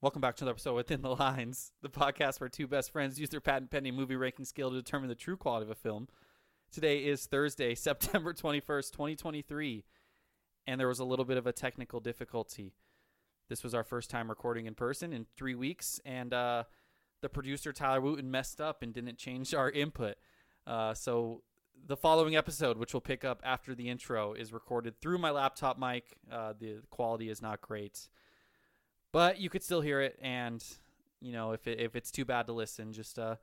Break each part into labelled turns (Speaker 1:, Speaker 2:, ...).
Speaker 1: Welcome back to another episode of Within the Lines, the podcast where two best friends use their patent pending movie ranking skill to determine the true quality of a film. Today is Thursday, September 21st, 2023, and there was a little bit of a technical difficulty. This was our first time recording in person in three weeks, and uh, the producer, Tyler Wooten, messed up and didn't change our input. Uh, so the following episode, which we'll pick up after the intro, is recorded through my laptop mic. Uh, the quality is not great but you could still hear it and you know if it, if it's too bad to listen just uh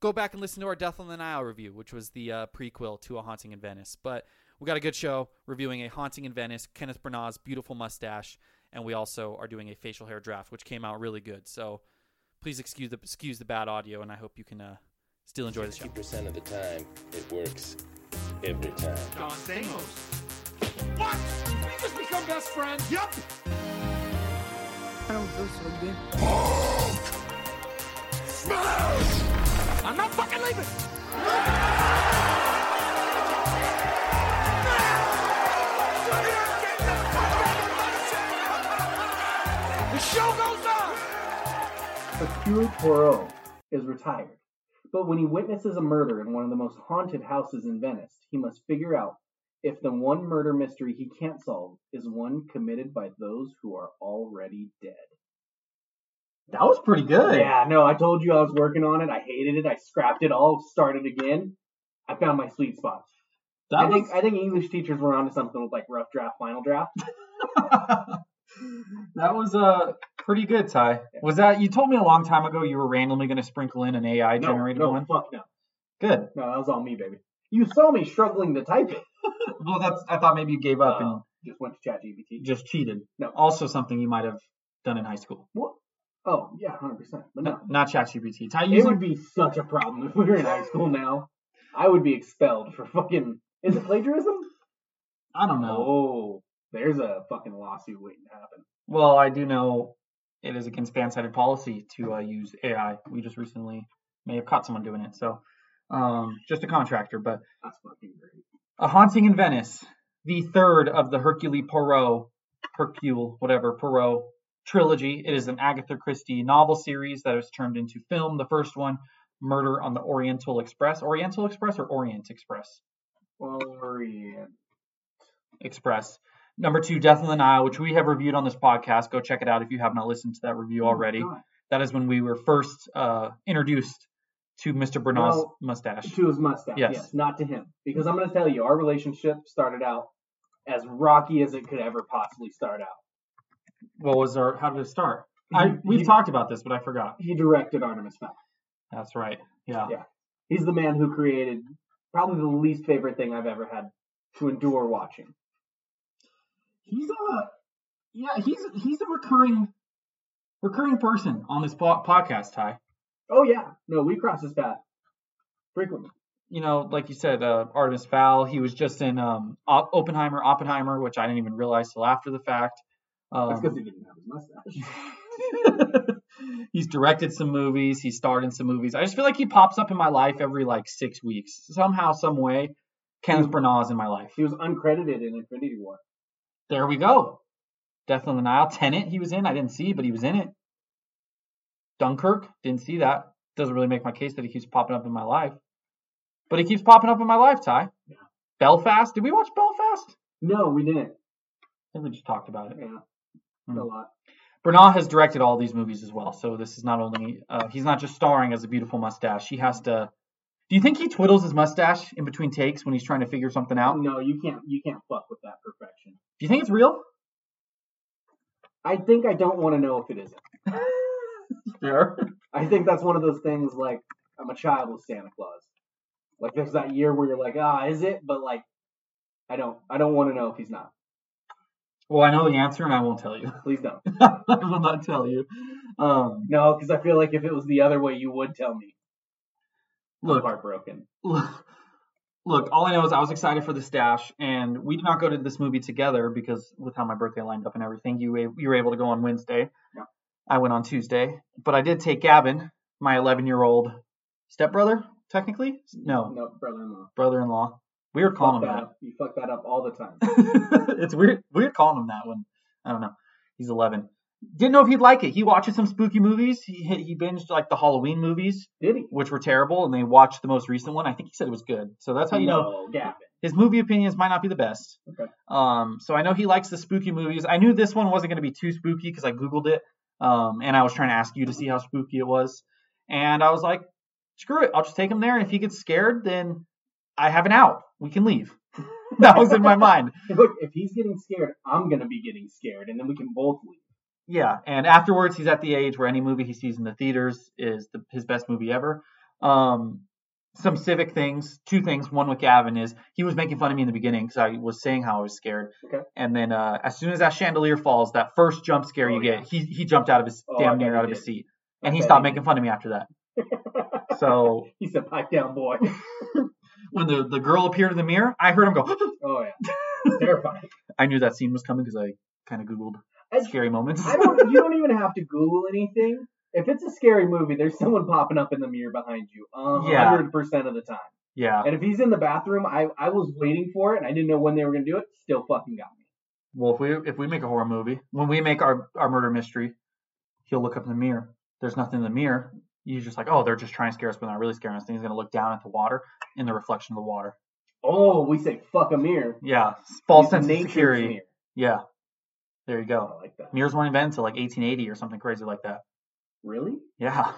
Speaker 1: go back and listen to our death on the nile review which was the uh, prequel to a haunting in venice but we got a good show reviewing a haunting in venice kenneth branagh's beautiful mustache and we also are doing a facial hair draft which came out really good so please excuse the excuse the bad audio and i hope you can uh still enjoy the show
Speaker 2: 50% of the time, it works every time.
Speaker 3: Don Stamos. What? Did we just become best friends? Yep. I don't feel so good. I'm not fucking leaving. The show goes on.
Speaker 4: Akira Toro is retired, but when he witnesses a murder in one of the most haunted houses in Venice, he must figure out if the one murder mystery he can't solve is one committed by those who are already dead.
Speaker 5: That was pretty good.
Speaker 4: Yeah, no, I told you I was working on it. I hated it. I scrapped it all, started again. I found my sweet spot.
Speaker 5: That
Speaker 4: I think
Speaker 5: was-
Speaker 4: I think English teachers were onto something with like rough draft, final draft.
Speaker 5: that was uh pretty good, Ty. Was that you told me a long time ago you were randomly going to sprinkle in an AI
Speaker 4: No,
Speaker 5: generated
Speaker 4: no,
Speaker 5: one?
Speaker 4: fuck no,
Speaker 5: Good.
Speaker 4: no, that was all me, baby. You saw me struggling to type it.
Speaker 5: Well, that's I thought maybe you gave up
Speaker 4: Uh, just went to ChatGPT.
Speaker 5: and just cheated.
Speaker 4: No.
Speaker 5: Also something you might have done in high school.
Speaker 4: What? Oh, yeah, 100%. But no.
Speaker 5: Not ChatGPT. Ty, you
Speaker 4: It
Speaker 5: use
Speaker 4: would be such a problem if we were in high school now. I would be expelled for fucking. Is it plagiarism?
Speaker 5: I don't know.
Speaker 4: Oh, there's a fucking lawsuit waiting to happen.
Speaker 5: Well, I do know it is against fan-sided policy to uh, use AI. We just recently may have caught someone doing it. So, um, just a contractor, but
Speaker 4: That's fucking great.
Speaker 5: A Haunting in Venice, the third of the Hercule Poirot, Hercule, whatever, Poirot trilogy. It is an Agatha Christie novel series that is turned into film. The first one, Murder on the Oriental Express. Oriental Express or Orient Express?
Speaker 4: Orient.
Speaker 5: Express. Number two, Death on the Nile, which we have reviewed on this podcast. Go check it out if you have not listened to that review already.
Speaker 4: God.
Speaker 5: That is when we were first uh, introduced to Mr. Bernard's
Speaker 4: Well,
Speaker 5: mustache.
Speaker 4: To his mustache.
Speaker 5: Yes.
Speaker 4: Yes. Not to him. Because I'm going to tell you, our relationship started out as rocky as it could ever possibly start out.
Speaker 5: What was our? How did it start? I,
Speaker 4: You-
Speaker 5: we've
Speaker 4: you-
Speaker 5: talked about this, but I forgot.
Speaker 4: He directed Artemis Fowl.
Speaker 5: That's right.
Speaker 4: Yeah. He's the man who created probably the least favorite thing I've ever had to endure watching.
Speaker 5: he's a yeah he's he's a recurring recurring person on this po- podcast ty
Speaker 4: Oh yeah, no, we cross his path frequently.
Speaker 5: you know like you said uh, artemis fowl he was just in um, O- oppenheimer oppenheimer which i didn't even realize till after the fact
Speaker 4: That's because
Speaker 5: um,
Speaker 4: he didn't have his mustache.
Speaker 5: he's directed some movies he starred in some movies i just feel like he pops up in my life every like six weeks somehow some way kenneth branagh's in my life
Speaker 4: He was uncredited in Infinity War.
Speaker 5: there we go death on the nile tenant he was in i didn't see but he was in it Dunkirk. Didn't see that. Doesn't really make my case that he keeps popping up in my life. But he keeps popping up in my life, Ty. Belfast. Did we watch Belfast? I
Speaker 4: No, we didn't.
Speaker 5: think we just talked about it.
Speaker 4: Yeah,
Speaker 5: Hmm.
Speaker 4: a lot.
Speaker 5: Bernard has directed all these movies as well. So this is not only, uh, he's not just starring as a beautiful mustache. He has to. Do you think he twiddles his mustache in between takes when he's trying to figure something out? Do
Speaker 4: No, you can't. You can't fuck with that perfection.
Speaker 5: you think it's real?
Speaker 4: I think I don't want to know if it isn't.
Speaker 5: Sure.
Speaker 4: I think that's one of those things like I'm a child with Santa Claus. Like there's that year where you're like, ah, is it? But like, I don't. I don't want to know if he's not.
Speaker 5: Well, I know the answer and I won't tell you.
Speaker 4: Please don't.
Speaker 5: I will not tell you. Um,
Speaker 4: No, because I feel like if it was the other way, you would tell me. I'm
Speaker 5: look,
Speaker 4: heartbroken.
Speaker 5: look, look, all I know is I was excited for this dash, and we did not go to this movie together because with how my birthday lined up and everything, you wa- you were able to go on Wednesday.
Speaker 4: Yeah.
Speaker 5: I went on Tuesday, but I did take Gavin, my 11 year old stepbrother, technically. No,
Speaker 4: No, brother-in-law.
Speaker 5: brother in law. Weird calling
Speaker 4: Fuck
Speaker 5: him
Speaker 4: that
Speaker 5: that.
Speaker 4: up. You fuck that up all the time.
Speaker 5: it's weird weird calling him that one. I don't know. He's 11. Didn't know if he'd like it. He watches some spooky movies. He he binged like the Halloween movies,
Speaker 4: Did he?
Speaker 5: which were terrible, and they watched the most recent one. I think he said it was good. So that's how you know
Speaker 4: no, Gavin.
Speaker 5: his movie opinions might not be the best.
Speaker 4: Okay.
Speaker 5: Um, so I know he likes the spooky movies. I knew this one wasn't going to be too spooky because I googled it, um, and I was trying to ask you to see how spooky it was, and I was like, screw it, I'll just take him there, and if he gets scared, then I have an out. We can leave. that was in my mind.
Speaker 4: Look, if he's getting scared, I'm gonna be getting scared, and then we can both leave.
Speaker 5: Yeah, and afterwards he's at the age where any movie he sees in the theaters is the, his best movie ever. Um, some civic things, two things. One with Gavin is he was making fun of me in the beginning because I was saying how I was scared,
Speaker 4: Okay.
Speaker 5: and then uh, as soon as that chandelier falls, that first jump scare
Speaker 4: Oh,
Speaker 5: you
Speaker 4: yeah.
Speaker 5: get, he he jumped out of his
Speaker 4: Oh, I
Speaker 5: damn
Speaker 4: bet
Speaker 5: near
Speaker 4: he
Speaker 5: out of his
Speaker 4: did.
Speaker 5: seat,
Speaker 4: I
Speaker 5: and he
Speaker 4: bet
Speaker 5: stopped
Speaker 4: he
Speaker 5: making fun of me after that. So
Speaker 4: He said, "Pipe down, boy."
Speaker 5: when the the girl appeared in the mirror, I heard him go.
Speaker 4: Oh yeah, terrifying.
Speaker 5: I knew that scene was coming because I kind of googled
Speaker 4: I-
Speaker 5: scary moments.
Speaker 4: I don't. You don't even have to Google anything. If it's a scary movie, there's someone popping up in the mirror behind you,
Speaker 5: Yeah.
Speaker 4: hundred percent of the time.
Speaker 5: yeah.
Speaker 4: And if he's in the bathroom, I I was waiting for it, and I didn't know when they were gonna do it. Still fucking got me.
Speaker 5: Well, if we if we make a horror movie, when we make our our murder mystery, he'll look up in the mirror. There's nothing in the mirror. You're just like, oh, they're just trying to scare us, but they're not really scaring us. Then he's gonna look down at the water in the reflection of the water.
Speaker 4: Oh, we say fuck a mirror.
Speaker 5: Yeah, false
Speaker 4: He's
Speaker 5: sense of
Speaker 4: nature's
Speaker 5: security.
Speaker 4: mirror.
Speaker 5: Yeah, there you
Speaker 4: I
Speaker 5: go.
Speaker 4: like that.
Speaker 5: Mirrors weren't invented until like 1880 or something crazy like that.
Speaker 4: Really?
Speaker 5: Yeah,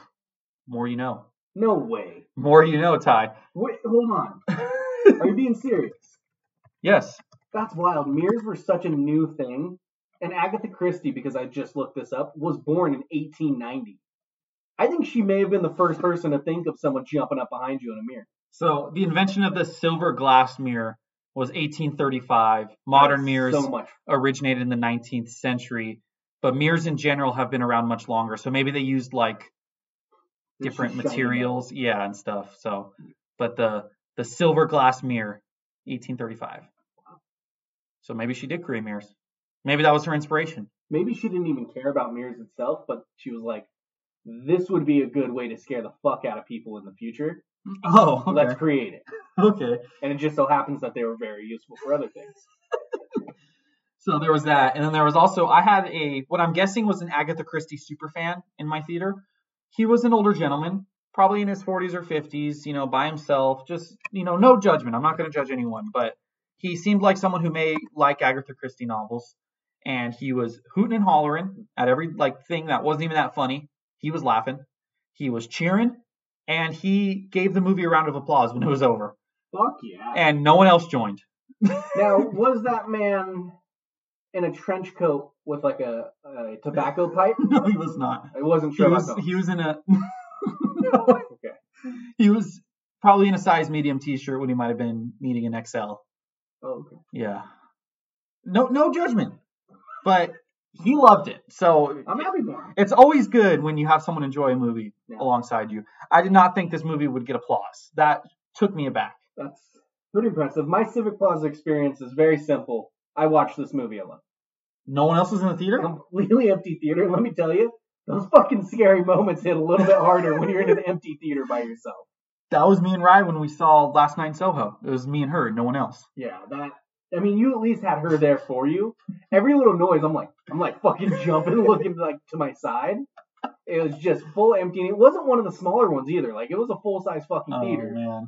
Speaker 5: more you know,
Speaker 4: No way.
Speaker 5: more you know, Ty.
Speaker 4: Wait, hold on. Are you being serious?
Speaker 5: yes,
Speaker 4: That's wild. Mirrors were such a new thing. And Agatha Christie, because I just looked this up, was born in 1890. I think she may have been the first person to think of someone jumping up behind you in a mirror.
Speaker 5: So the invention of the silver glass mirror was 1835. Modern
Speaker 4: That's
Speaker 5: mirrors
Speaker 4: so much.
Speaker 5: originated in the 19th century, but mirrors in general have been around much longer. So maybe they used like
Speaker 4: It's
Speaker 5: different
Speaker 4: just shiny
Speaker 5: materials, yeah, and stuff. So, but the the silver glass mirror, 1835. So maybe she did create mirrors. Maybe that was her inspiration.
Speaker 4: Maybe she didn't even care about mirrors itself, but she was like, this would be a good way to scare the fuck out of people in the future.
Speaker 5: Oh, okay.
Speaker 4: Let's create it.
Speaker 5: okay.
Speaker 4: And it just so happens that they were very useful for other things.
Speaker 5: So there was that, and then there was also I had a what I'm guessing was an Agatha Christie superfan in my theater. He was an older gentleman, probably in his 40s or 50s, you know, by himself. Just you know, no judgment. I'm not going to judge anyone, but he seemed like someone who may like Agatha Christie novels. And he was hooting and hollering at every like thing that wasn't even that funny. He was laughing, he was cheering, and he gave the movie a round of applause when it was over.
Speaker 4: Fuck yeah.
Speaker 5: And no one else joined.
Speaker 4: Now, was that man in a trench coat with like a, a tobacco pipe?
Speaker 5: No, he was not.
Speaker 4: It wasn't
Speaker 5: He
Speaker 4: Sherlock
Speaker 5: was
Speaker 4: Holmes.
Speaker 5: he was in a
Speaker 4: okay.
Speaker 5: he was probably in a size medium t-shirt when he might have been needing an XL.
Speaker 4: Oh, okay.
Speaker 5: Yeah. No no judgment. But he loved it. So
Speaker 4: I'm happy for him.
Speaker 5: it's always good when you have someone enjoy a movie
Speaker 4: Yeah.
Speaker 5: alongside you. I did not think this movie would get applause. That took me aback.
Speaker 4: That's pretty impressive. My Civic Plaza experience is very simple. I watched this movie alone.
Speaker 5: No one else was in the theater?
Speaker 4: Completely empty theater. Let me tell you, those fucking scary moments hit a little bit harder when you're in an empty theater by yourself.
Speaker 5: That was me and Ryan when we saw Last Night in Soho. It was me and her, no one else.
Speaker 4: Yeah, that. I mean, you at least had her there for you. Every little noise, I'm like, I'm like fucking jumping, looking like to my side. It was just full empty, and it wasn't one of the smaller ones either. Like it was a full size fucking
Speaker 5: Oh
Speaker 4: theater,
Speaker 5: man.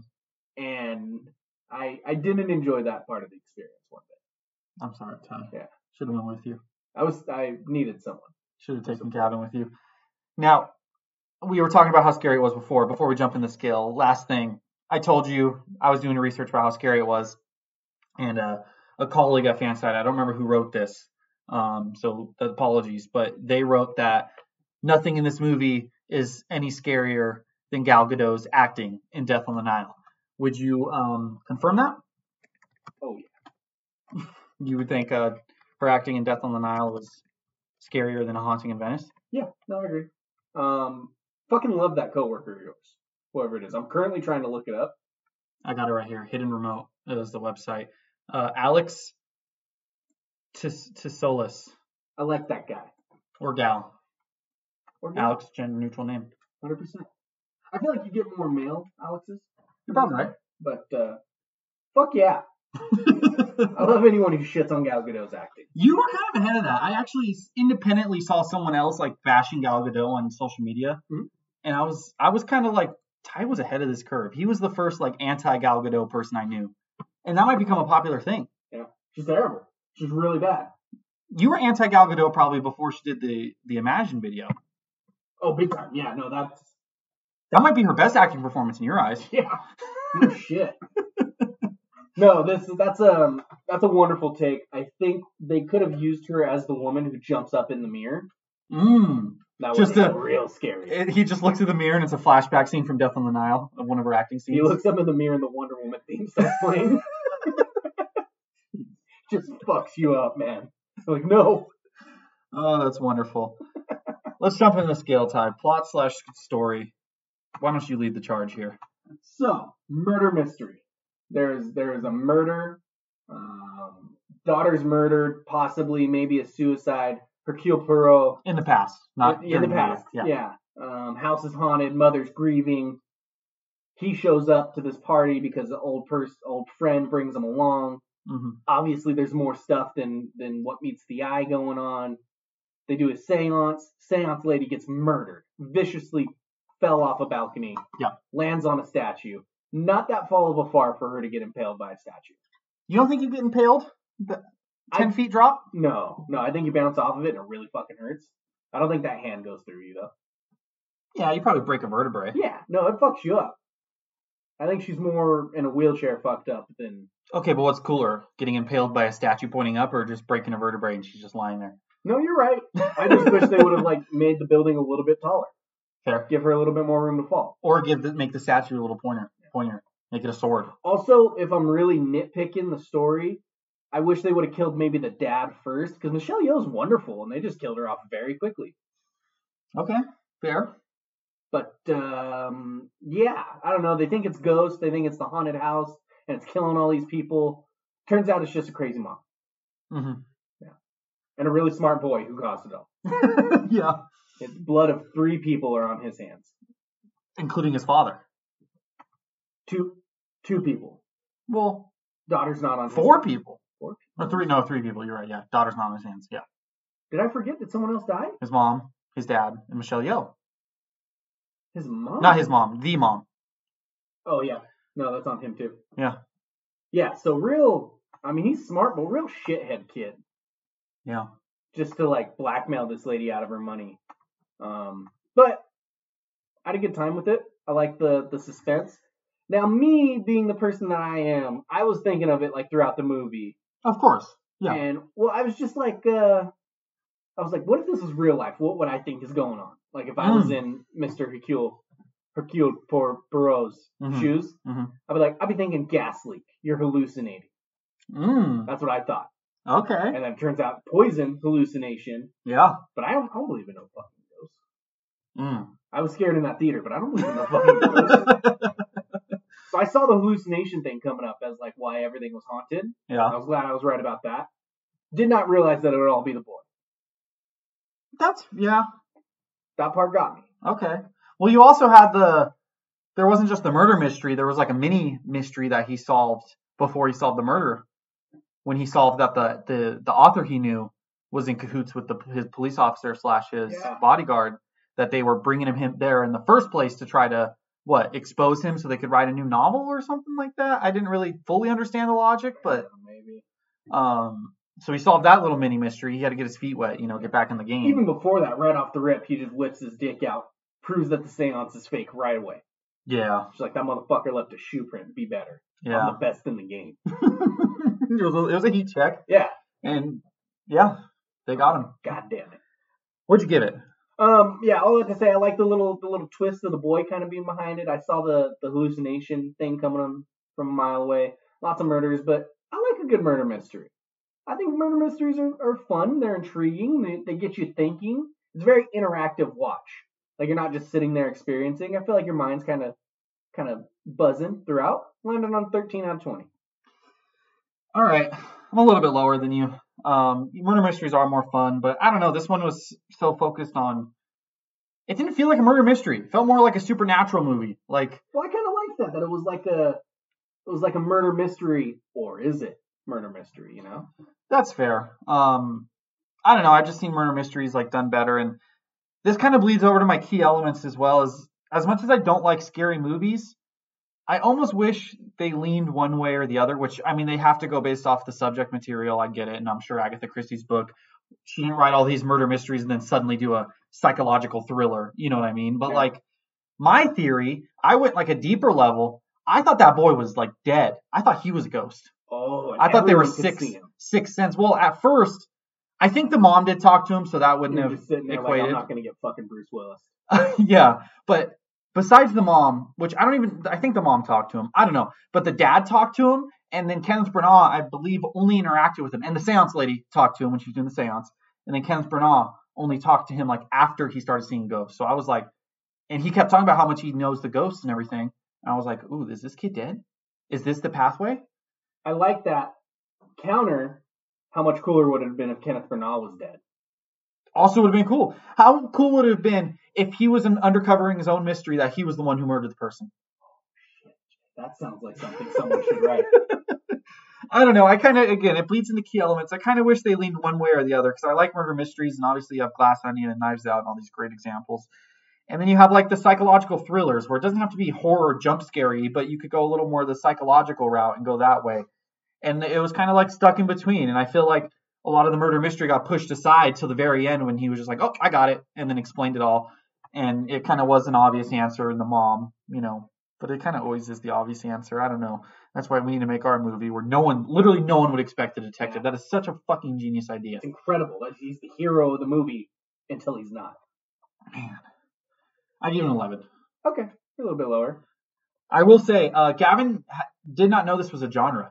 Speaker 4: and I I didn't enjoy that part of the experience one bit.
Speaker 5: I'm sorry, Tom.
Speaker 4: Yeah.
Speaker 5: Should have went with you.
Speaker 4: I was I needed someone.
Speaker 5: Should have taken Gavin with you. Now, we were talking about how scary it was before. Before we jump in the scale, last thing I told you, I was doing research about how scary it was, and uh, a colleague at Fanside, I don't remember who wrote this, um, so apologies, but they wrote that nothing in this movie is any scarier than Gal Gadot's acting in Death on the Nile. Would you um, confirm that?
Speaker 4: Oh yeah,
Speaker 5: You would think uh, her acting in Death on the Nile was scarier than A Haunting in Venice.
Speaker 4: Yeah, no, I agree. Um, fucking love that coworker of yours, whoever it is. I'm currently trying to look it up.
Speaker 5: I got it right here. Hidden Remote is the website. Uh, Alex Tis- Tisolis
Speaker 4: I like that guy.
Speaker 5: or gal.
Speaker 4: Or gal.
Speaker 5: Alex, gender neutral name.
Speaker 4: Hundred percent. I feel like you get more male Alexes,
Speaker 5: You're probably right.
Speaker 4: but uh, fuck yeah, I love anyone who shits on Gal Gadot's acting.
Speaker 5: You were kind of ahead of that. I actually independently saw someone else like bashing Gal Gadot on social media,
Speaker 4: Mhm.
Speaker 5: and I was I was kind of like Ty was ahead of this curve. He was the first like anti Gal Gadot person I knew, and that might become a popular thing.
Speaker 4: She's terrible. She's really bad.
Speaker 5: You were anti Gal Gadot probably before she did the the Imagine video.
Speaker 4: Oh, big time. Yeah, no, that's
Speaker 5: That might be her best acting performance in your eyes.
Speaker 4: yeah. No shit. No, this that's um that's a wonderful take. I think they could have used her as the woman who jumps up in the mirror.
Speaker 5: Mm.
Speaker 4: That was
Speaker 5: Just
Speaker 4: Just
Speaker 5: a-
Speaker 4: real scary.
Speaker 5: It- he just looks at the mirror and it's a flashback scene from Death on the Nile of one of her acting scenes.
Speaker 4: He looks up in the mirror and the Wonder Woman theme starts playing. Just fucks you up, man. Like, no.
Speaker 5: Oh, that's wonderful. Let's jump into scale tie. Plot slash story. Why don't you lead the charge here?
Speaker 4: So, murder mystery. There is there is a murder, um, daughter's murdered, possibly maybe a suicide. Hercule Poirot
Speaker 5: In the past, not
Speaker 4: in the
Speaker 5: during
Speaker 4: past.
Speaker 5: year.
Speaker 4: Yeah. Um, house is haunted. Mother's grieving. He shows up to this party because the old person, old friend brings him along.
Speaker 5: Mhm.
Speaker 4: obviously there's more stuff than than what meets the eye going on. They do a seance. Seance lady gets murdered. Viciously fell off a balcony.
Speaker 5: Yeah.
Speaker 4: Lands on a statue. Not that fall of a far for her to get impaled by a statue.
Speaker 5: You don't think you get impaled? The Ten
Speaker 4: I-
Speaker 5: feet drop?
Speaker 4: No, no, I think you bounce off of it and it really fucking hurts. I don't think that hand goes through you though.
Speaker 5: Yeah, you probably break a vertebrae.
Speaker 4: Yeah, no, it fucks you up. I think she's more in a wheelchair fucked up than
Speaker 5: Okay, but what's cooler, getting impaled by a statue pointing up, or just breaking a vertebrae and she's just lying there?
Speaker 4: No, you're right. I just wish they would have like made the building a little bit taller.
Speaker 5: Fair.
Speaker 4: Give her a little bit more room to fall.
Speaker 5: Or give the, make the statue a little pointer, pointer, make it a sword.
Speaker 4: Also, if I'm really nitpicking the story, I wish they would have killed maybe the dad first because Michelle Yeoh's wonderful and they just killed her off very quickly.
Speaker 5: Okay, fair.
Speaker 4: But um, yeah, I don't know. They think it's ghosts. They think it's the haunted house and it's killing all these people. Turns out it's just a crazy mom
Speaker 5: hmm
Speaker 4: and a really smart boy who caused it all.
Speaker 5: yeah,
Speaker 4: It's blood of three people are on his hands.
Speaker 5: including his father.
Speaker 4: Two, two people.
Speaker 5: Well,
Speaker 4: Daughter's not on. his
Speaker 5: four
Speaker 4: hands.
Speaker 5: people.
Speaker 4: Four people.
Speaker 5: Or three? No, three people. You're right. Yeah, daughter's not on his hands. Yeah,
Speaker 4: Did I forget that someone else died?
Speaker 5: his mom, his dad, and Michelle Yeoh.
Speaker 4: His mom.
Speaker 5: Not his mom, the mom.
Speaker 4: Oh yeah. No, that's on him too.
Speaker 5: Yeah,
Speaker 4: Yeah, so real. I mean, he's smart, but real shithead kid.
Speaker 5: yeah.
Speaker 4: Just to like blackmail this lady out of her money. Um, but I had a good time with it. I like the the suspense. Now, me being the person that I am, I was thinking of it like throughout the movie,
Speaker 5: Of course. Yeah.
Speaker 4: and well, I was just like, uh, I was like, what if this was real life? What would I think is going on? Like if I was
Speaker 5: Mm.
Speaker 4: in Mister Hercule, Hercule Por- Poirot's
Speaker 5: Mhm.
Speaker 4: shoes,
Speaker 5: Mhm.
Speaker 4: I'd be like, I'd be thinking gas leak. You're hallucinating.
Speaker 5: Mm.
Speaker 4: That's what I thought.
Speaker 5: Okay.
Speaker 4: And then it turns out poison hallucination.
Speaker 5: Yeah.
Speaker 4: But I don't, I don't believe in no fucking ghosts.
Speaker 5: Mm.
Speaker 4: I was scared in that theater, but I don't believe in no fucking ghosts. So I saw the hallucination thing coming up as like why everything was haunted. I
Speaker 5: yeah.
Speaker 4: was glad I was right about that. Did not realize that it would all be the boy.
Speaker 5: That's yeah.
Speaker 4: That part got me.
Speaker 5: Okay. Well, you also had the. There wasn't just the murder mystery. There was like a mini mystery that he solved before he solved the murder. When he solved that the the the author he knew was in cahoots with the his police officer slash his
Speaker 4: Yeah.
Speaker 5: bodyguard that they were bringing him, him there in the first place to try to what expose him so they could write a new novel or something like that. I didn't really fully understand the logic, but
Speaker 4: Maybe.
Speaker 5: um. So he solved that little mini mystery. He had to get his feet wet, you know, get back in the game.
Speaker 4: Even before that, right off the rip, he just whips his dick out, proves that the seance is fake right away.
Speaker 5: yeah,
Speaker 4: She's like, that motherfucker left a shoe print. Be better.
Speaker 5: yeah.
Speaker 4: I'm the best in the game.
Speaker 5: it, was a, it was a heat check,
Speaker 4: Yeah.
Speaker 5: and yeah, they got him.
Speaker 4: God damn it.
Speaker 5: What'd you give it?
Speaker 4: Um, yeah, all I have to say, I like the little the little twist of the boy kind of being behind it. I saw the the hallucination thing coming on from a mile away. Lots of murders, but I like a good murder mystery. I think murder mysteries are, are fun. They're intriguing. They, they get you thinking. It's a very interactive watch. Like you're not just sitting there experiencing. I feel like your mind's kind of kind of buzzing throughout. Landed on 13 out of 20.
Speaker 5: All right, I'm a little bit lower than you. Um, murder mysteries are more fun, but I don't know. This one was so focused on. It didn't feel like a murder mystery. It felt more like a supernatural movie. Like
Speaker 4: Well, I kind of like that. That it was like a it was like a murder mystery, or is it murder mystery? You know,
Speaker 5: That's fair. Um, I don't know. I've just seen murder mysteries like done better, and this kind of bleeds over to my key elements as well. As as much as I don't like scary movies, I almost wish they leaned one way or the other. Which I mean, they have to go based off the subject material. I get it, and I'm sure Agatha Christie's book. She didn't write all these murder mysteries and then suddenly do a psychological thriller. You know what I mean? But
Speaker 4: Yeah.
Speaker 5: like my theory, I went like a deeper level. I thought that boy was like dead. I thought he was a ghost.
Speaker 4: oh, and
Speaker 5: I thought they were
Speaker 4: everyone could
Speaker 5: six
Speaker 4: see him.
Speaker 5: six cents. Well, at first, I think the mom did talk to him, so that wouldn't
Speaker 4: You're
Speaker 5: have
Speaker 4: just sitting there like I'm
Speaker 5: equated.
Speaker 4: not gonna get fucking Bruce Willis.
Speaker 5: yeah, but besides the mom, which I don't even, I think the mom talked to him. I don't know, but the dad talked to him, and then Kenneth Branagh, I believe, only interacted with him, and the seance lady talked to him when she was doing the seance, and then Kenneth Branagh only talked to him like after he started seeing ghosts. So I was like, and he kept talking about how much he knows the ghosts and everything, and I was like, ooh, is this kid dead? Is this the pathway?
Speaker 4: I like that counter. How much cooler would it have been if Kenneth Branagh was dead?
Speaker 5: also would have been cool. How cool would it have been if he was an undercovering his own mystery that he was the one who murdered the person?
Speaker 4: Oh, That sounds like something someone should write.
Speaker 5: I don't know. I kind of again, it bleeds into key elements. I kind of wish they leaned one way or the other because I like murder mysteries and obviously you have Glass Onion and Knives Out and all these great examples. And then you have like the psychological thrillers where it doesn't have to be horror jump scary, but you could go a little more the psychological route and go that way. And it was kind of like stuck in between. And I feel like a lot of the murder mystery got pushed aside till the very end when he was just like, "Oh, I got it," and then explained it all. And it kind of was an obvious answer in the mom, you know. But it kind of always is the obvious answer. I don't know. That's why we need to make our movie where no one, literally no one would expect a detective. That is such a fucking genius idea.
Speaker 4: It's incredible that he's the hero of the movie until he's not.
Speaker 5: I give it an 11.
Speaker 4: Okay, a little bit lower.
Speaker 5: I will say, uh, Gavin ha- did not know this was a genre.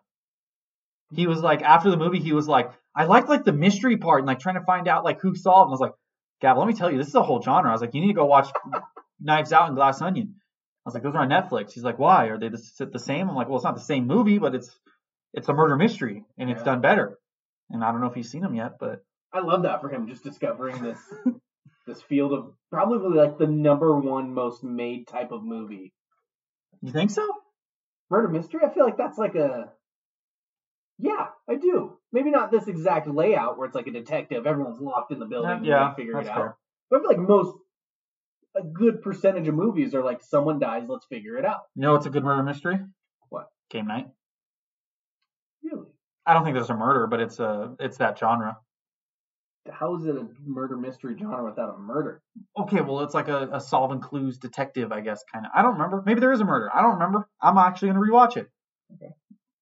Speaker 5: He was like, after the movie, he was like, I like like the mystery part and like trying to find out like who solved. And I was like, Gavin, let me tell you, this is a whole genre. I was like, you need to go watch Knives Out and Glass Onion. I was like, those are on Netflix. He's like, why are they the, s- the same? I'm like, well, it's not the same movie, but it's it's a murder mystery and it's
Speaker 4: Yeah.
Speaker 5: done better. And I don't know if you've seen them yet, but
Speaker 4: I love that for him, just discovering this this field of probably like the number one most made type of movie.
Speaker 5: you think so?
Speaker 4: Murder mystery, I feel like that's like a yeah, I do. Maybe not this exact layout where it's like a detective, everyone's locked in the building,
Speaker 5: Uh,
Speaker 4: and
Speaker 5: yeah,
Speaker 4: they figure it
Speaker 5: that's
Speaker 4: out.
Speaker 5: fair.
Speaker 4: But I feel like most a good percentage of movies are like someone dies, let's figure it out.
Speaker 5: You know it's a good murder mystery?
Speaker 4: What?
Speaker 5: Game night.
Speaker 4: Really?
Speaker 5: I don't think there's a murder, but it's a it's that genre.
Speaker 4: How is it a murder mystery genre without a murder?
Speaker 5: Okay, well it's like a, a solving clues detective, I guess, kinda. I don't remember. Maybe there is a murder. I don't remember. I'm actually gonna rewatch it.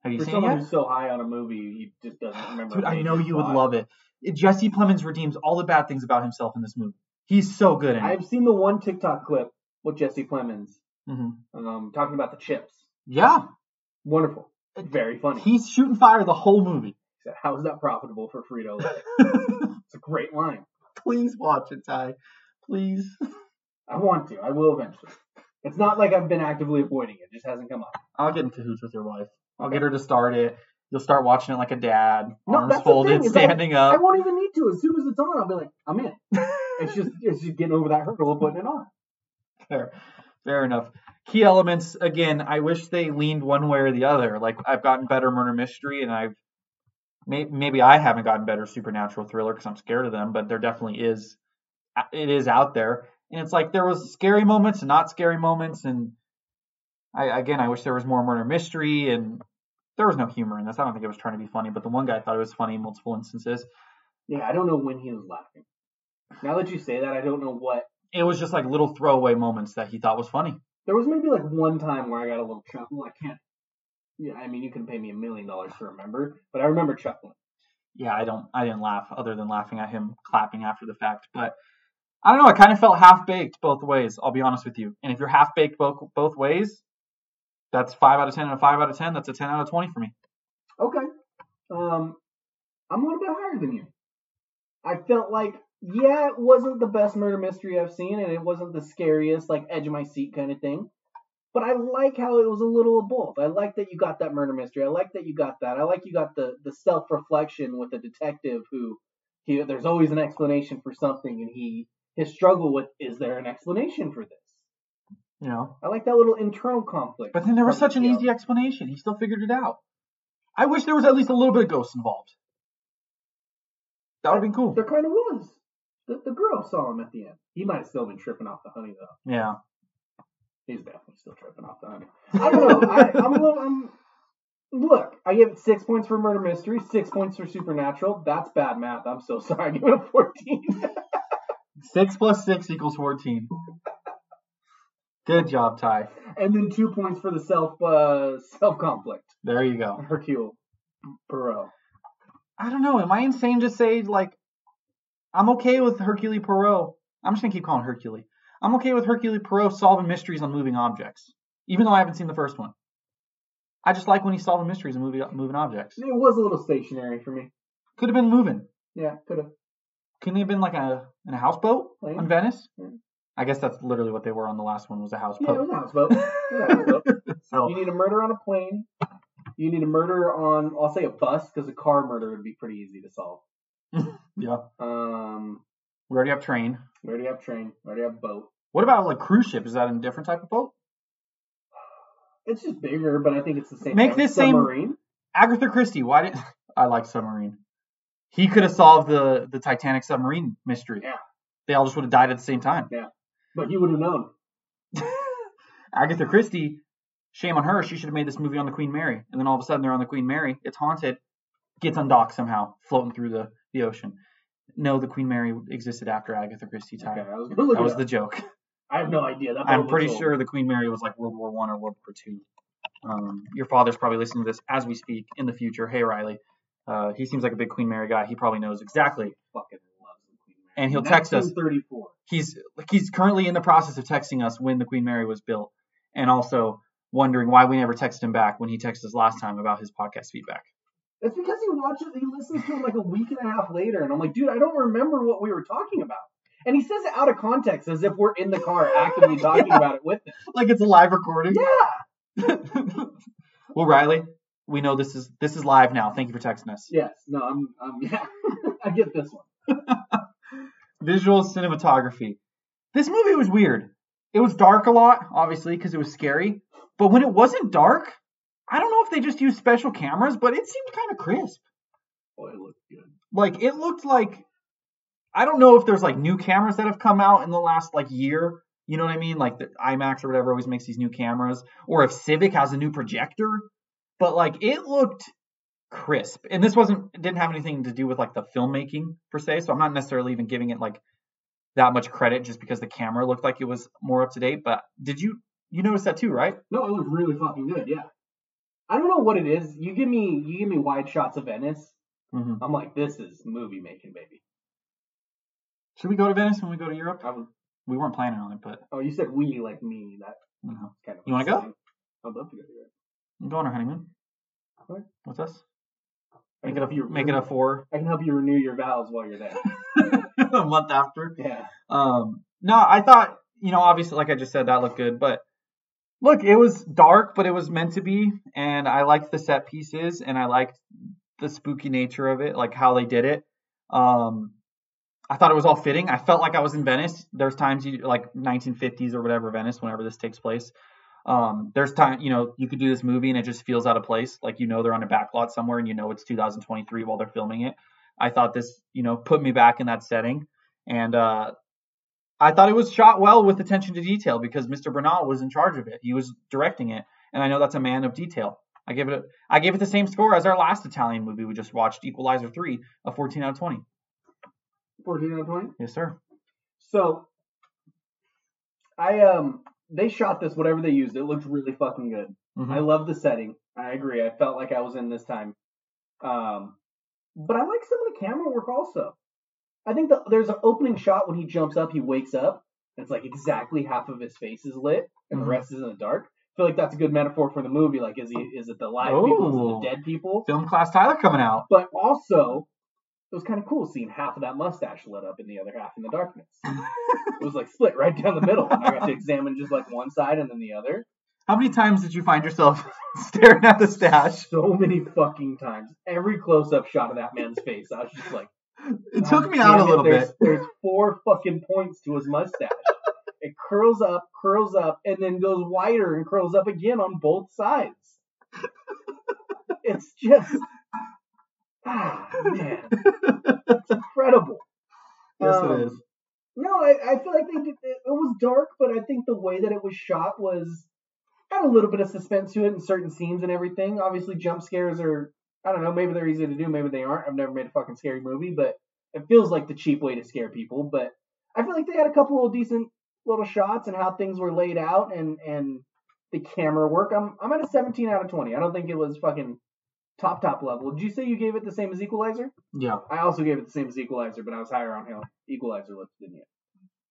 Speaker 5: Have you
Speaker 4: For
Speaker 5: seen
Speaker 4: someone
Speaker 5: it?
Speaker 4: who's
Speaker 5: yet?
Speaker 4: so high on a movie, he just doesn't remember.
Speaker 5: Dude,
Speaker 4: a
Speaker 5: I know
Speaker 4: major
Speaker 5: you would
Speaker 4: plot.
Speaker 5: love it. Jesse Plemons redeems all the bad things about himself in this movie. He's so good in it.
Speaker 4: I've seen the one TikTok clip with Jesse Plemons
Speaker 5: hmm
Speaker 4: um, talking about the chips.
Speaker 5: Yeah.
Speaker 4: Wonderful. Very funny.
Speaker 5: He's shooting fire the whole movie.
Speaker 4: He said, How is that profitable for Frito Lay? it's a great line.
Speaker 5: Please watch it, Ty. Please.
Speaker 4: I want to. I will eventually. It's not like I've been actively avoiding it. It just hasn't come up.
Speaker 5: I'll get in cahoots with your wife. I'll get her to start it. You'll start watching it like a dad,
Speaker 4: No,
Speaker 5: arms
Speaker 4: that's the
Speaker 5: folded,
Speaker 4: thing, is I-
Speaker 5: standing
Speaker 4: I
Speaker 5: up.
Speaker 4: won't even need to. As soon as it's on, I'll be like, I'm in. it's just it's just getting over that hurdle of putting it on.
Speaker 5: Fair. Fair enough. Key elements, again, I wish they leaned one way or the other. Like, I've gotten better murder mystery, and I've may, maybe I haven't gotten better supernatural thriller because I'm scared of them, but there definitely is, it is out there. And it's like there was scary moments and not scary moments, and I again, I wish there was more murder mystery, and there was no humor in this. I don't think it was trying to be funny, but the one guy thought it was funny in multiple instances.
Speaker 4: Yeah, I don't know when he was laughing. Now that you say that, I don't know what.
Speaker 5: It was just like little throwaway moments that he thought was funny.
Speaker 4: There was maybe like one time where I got a little chuckle. I can't. Yeah, I mean, you can pay me a million dollars to remember, but I remember chuckling.
Speaker 5: yeah, I don't, I didn't laugh other than laughing at him clapping after the fact. But I don't know. I kind of felt half baked both ways. I'll be honest with you. And if you're half baked both both ways, that's five out of ten and a five out of ten. That's a ten out of twenty for me.
Speaker 4: Okay. Um, I'm a little bit higher than you. I felt like, yeah, it wasn't the best murder mystery I've seen, and it wasn't the scariest, like edge of my seat kind of thing. But I like how it was a little of both. I like that you got that murder mystery. I like that you got that. I like you got the the self reflection with a detective who, he, there's always an explanation for something, and he his struggle with is there an explanation for this?
Speaker 5: You know.
Speaker 4: I like that little internal conflict.
Speaker 5: But then there was
Speaker 4: From
Speaker 5: such an
Speaker 4: the-
Speaker 5: easy explanation. He still figured it out. I wish there was at least a little bit of ghosts involved. That would have been cool.
Speaker 4: There kind of was. The, the girl saw him at the end. He might have still been tripping off the honey though.
Speaker 5: Yeah.
Speaker 4: He's definitely still tripping off the honey. I don't know. I, I'm a little. I'm, look, I gave it six points for murder mystery, six points for supernatural. That's bad math. I'm so sorry. I gave it a 14.
Speaker 5: Six plus six equals fourteen. Good job, Ty.
Speaker 4: and then two points for the self uh, self conflict.
Speaker 5: There you go.
Speaker 4: Hercule Perot.
Speaker 5: I don't know. Am I insane to say like I'm okay with Hercule Poirot? I'm just gonna keep calling Hercule. I'm okay with Hercule Poirot solving mysteries on moving objects, even though I haven't seen the first one. I just like when he's solving mysteries and moving moving objects.
Speaker 4: It was a little stationary for me.
Speaker 5: Could have been moving.
Speaker 4: Yeah, could have.
Speaker 5: Couldn't he have been like a in a houseboat
Speaker 4: Plane?
Speaker 5: on Venice?
Speaker 4: Yeah.
Speaker 5: I guess that's literally what they were on the last one was a
Speaker 4: Yeah, it was
Speaker 5: houseboat.
Speaker 4: a houseboat. It was a houseboat.
Speaker 5: so
Speaker 4: You need a murder on a plane. You need a murder on, I'll say a bus, because a car murder would be pretty easy to solve.
Speaker 5: yeah,
Speaker 4: Um,
Speaker 5: we already have train.
Speaker 4: we already have train. We already have boat.
Speaker 5: What about like cruise ship? Is that a different type of boat?
Speaker 4: It's just bigger, but I think it's the same.
Speaker 5: Make
Speaker 4: thing.
Speaker 5: this same-
Speaker 4: submarine.
Speaker 5: Agatha Christie. Why did I like submarine? He could have solved the the Titanic submarine mystery.
Speaker 4: Yeah.
Speaker 5: They all just would have died at the same time.
Speaker 4: But you would have known.
Speaker 5: Agatha Christie, shame on her. She should have made this movie on the Queen Mary. And then all of a sudden they're on the Queen Mary. It's haunted. Gets undocked somehow, floating through the, the ocean. No, the Queen Mary existed after Agatha Christie
Speaker 4: Okay,
Speaker 5: time.
Speaker 4: I was gonna look
Speaker 5: That was
Speaker 4: it
Speaker 5: the
Speaker 4: up.
Speaker 5: joke.
Speaker 4: I have no idea. That
Speaker 5: I'm
Speaker 4: boat
Speaker 5: pretty
Speaker 4: was old.
Speaker 5: sure the Queen Mary was like World War One or World War Two. Um, your father's probably listening to this as we speak in the future. Hey Riley, uh, he seems like a big Queen Mary guy. He probably knows exactly.
Speaker 4: Fucking loves the Queen Mary.
Speaker 5: And he'll text us.
Speaker 4: 1934.
Speaker 5: He's like he's currently in the process of texting us when the Queen Mary was built, and also wondering why we never texted him back when he texted us last time about his podcast feedback.
Speaker 4: It's because he watches, he listens to it like a week and a half later, and I'm like, dude, I don't remember what we were talking about. And he says it out of context, as if we're in the car actively talking about it with him.
Speaker 5: Like it's a live recording.
Speaker 4: Yeah.
Speaker 5: well, Riley, we know this is this is live now. Thank you for texting us.
Speaker 4: Yes. No. I'm. I'm. Yeah. I get this one.
Speaker 5: visual cinematography. This movie was weird. It was dark a lot, obviously, because it was scary. But when it wasn't dark, I don't know if they just used special cameras, but it seemed kind of crisp.
Speaker 4: Boy, it looked good.
Speaker 5: Like it looked like I don't know if there's like new cameras that have come out in the last like year. You know what I mean? Like the IMAX or whatever always makes these new cameras, or if Civic has a new projector. But like it looked crisp, and this wasn't it didn't have anything to do with like the filmmaking per se. So I'm not necessarily even giving it like that much credit just because the camera looked like it was more up to date. But did you you notice that too, right?
Speaker 4: No, it looked really fucking good. Yeah. I don't know what it is. You give me. You give me wide shots of Venice.
Speaker 5: Mm-hmm.
Speaker 4: I'm like, this is movie making, baby.
Speaker 5: Should we go to Venice when we go to Europe?
Speaker 4: I was,
Speaker 5: We weren't planning on it, but
Speaker 4: oh, you said we like me. That
Speaker 5: you know,
Speaker 4: kind of.
Speaker 5: Mm-hmm. You wanna go?
Speaker 4: I'd love to go there.
Speaker 5: I'm going on our honeymoon
Speaker 4: Okay.
Speaker 5: with us.
Speaker 4: I
Speaker 5: Make
Speaker 4: can
Speaker 5: it
Speaker 4: help
Speaker 5: a
Speaker 4: you
Speaker 5: make it a four
Speaker 4: I can help you renew your vows while you're there.
Speaker 5: a month after.
Speaker 4: yeah.
Speaker 5: Um, no, I thought, you know, obviously, like I just said, that looked good, but look, it was dark, but it was meant to be, and I liked the set pieces, and I liked the spooky nature of it, like how they did it. Um, I thought it was all fitting. I felt like I was in Venice. There's times you like 1950s or whatever Venice, whenever this takes place. Um, there's time, you know, you could do this movie and it just feels out of place. Like you know they're on a back lot somewhere, and you know it's 2023 while they're filming it. I thought this, you know, put me back in that setting, and uh, I thought it was shot well with attention to detail because Mr. Bernal was in charge of it. He was directing it, and I know that's a man of detail. I give it a, I gave it the same score as our last Italian movie we just watched, Equalizer 3, a 14 out of 20.
Speaker 4: 14 out of 20.
Speaker 5: Yes, sir.
Speaker 4: So I um they shot this whatever they used. It looked really fucking good. I
Speaker 5: Mhm.
Speaker 4: love the setting. I agree. I felt like I was in this time. Um but I like some of the camera work also. I think the, there's an opening shot when he jumps up, he wakes up. It's like exactly half of his face is lit and
Speaker 5: Mhm.
Speaker 4: the rest is in the dark. I feel like that's a good metaphor for the movie. Like, is he is it the live people? Is
Speaker 5: Oh.
Speaker 4: it the dead people?
Speaker 5: Film class Tyler coming out.
Speaker 4: But also, It was kind of cool seeing half of that mustache lit up and the other half in the darkness. it was like split right down the middle. And I got to examine just like one side and then the other.
Speaker 5: How many times did you find yourself staring at the stash?
Speaker 4: So many fucking times. Every close up shot of that man's face, I was just like,
Speaker 5: It took
Speaker 4: "God
Speaker 5: me out
Speaker 4: damn
Speaker 5: a
Speaker 4: it,
Speaker 5: little
Speaker 4: there's,
Speaker 5: bit.
Speaker 4: There's four fucking points to his mustache. it curls up, curls up, and then goes wider and curls up again on both sides. it's just, ah, man, it's incredible.
Speaker 5: Yes,
Speaker 4: Um,
Speaker 5: it is.
Speaker 4: No, I, I feel like they did, it was dark, but I think the way that it was shot was had a little bit of suspense to it in certain scenes and everything. Obviously, jump scares are I don't know, maybe they're easy to do, maybe they aren't. I've never made a fucking scary movie, but it feels like the cheap way to scare people. But I feel like they had a couple of decent little shots and how things were laid out and and the camera work. I'm I'm at a 17 out of 20. I don't think it was fucking top top level. Did you say you gave it the same as Equalizer?
Speaker 5: Yeah,
Speaker 4: I also gave it the same as Equalizer, but I was higher on how Equalizer looked than you.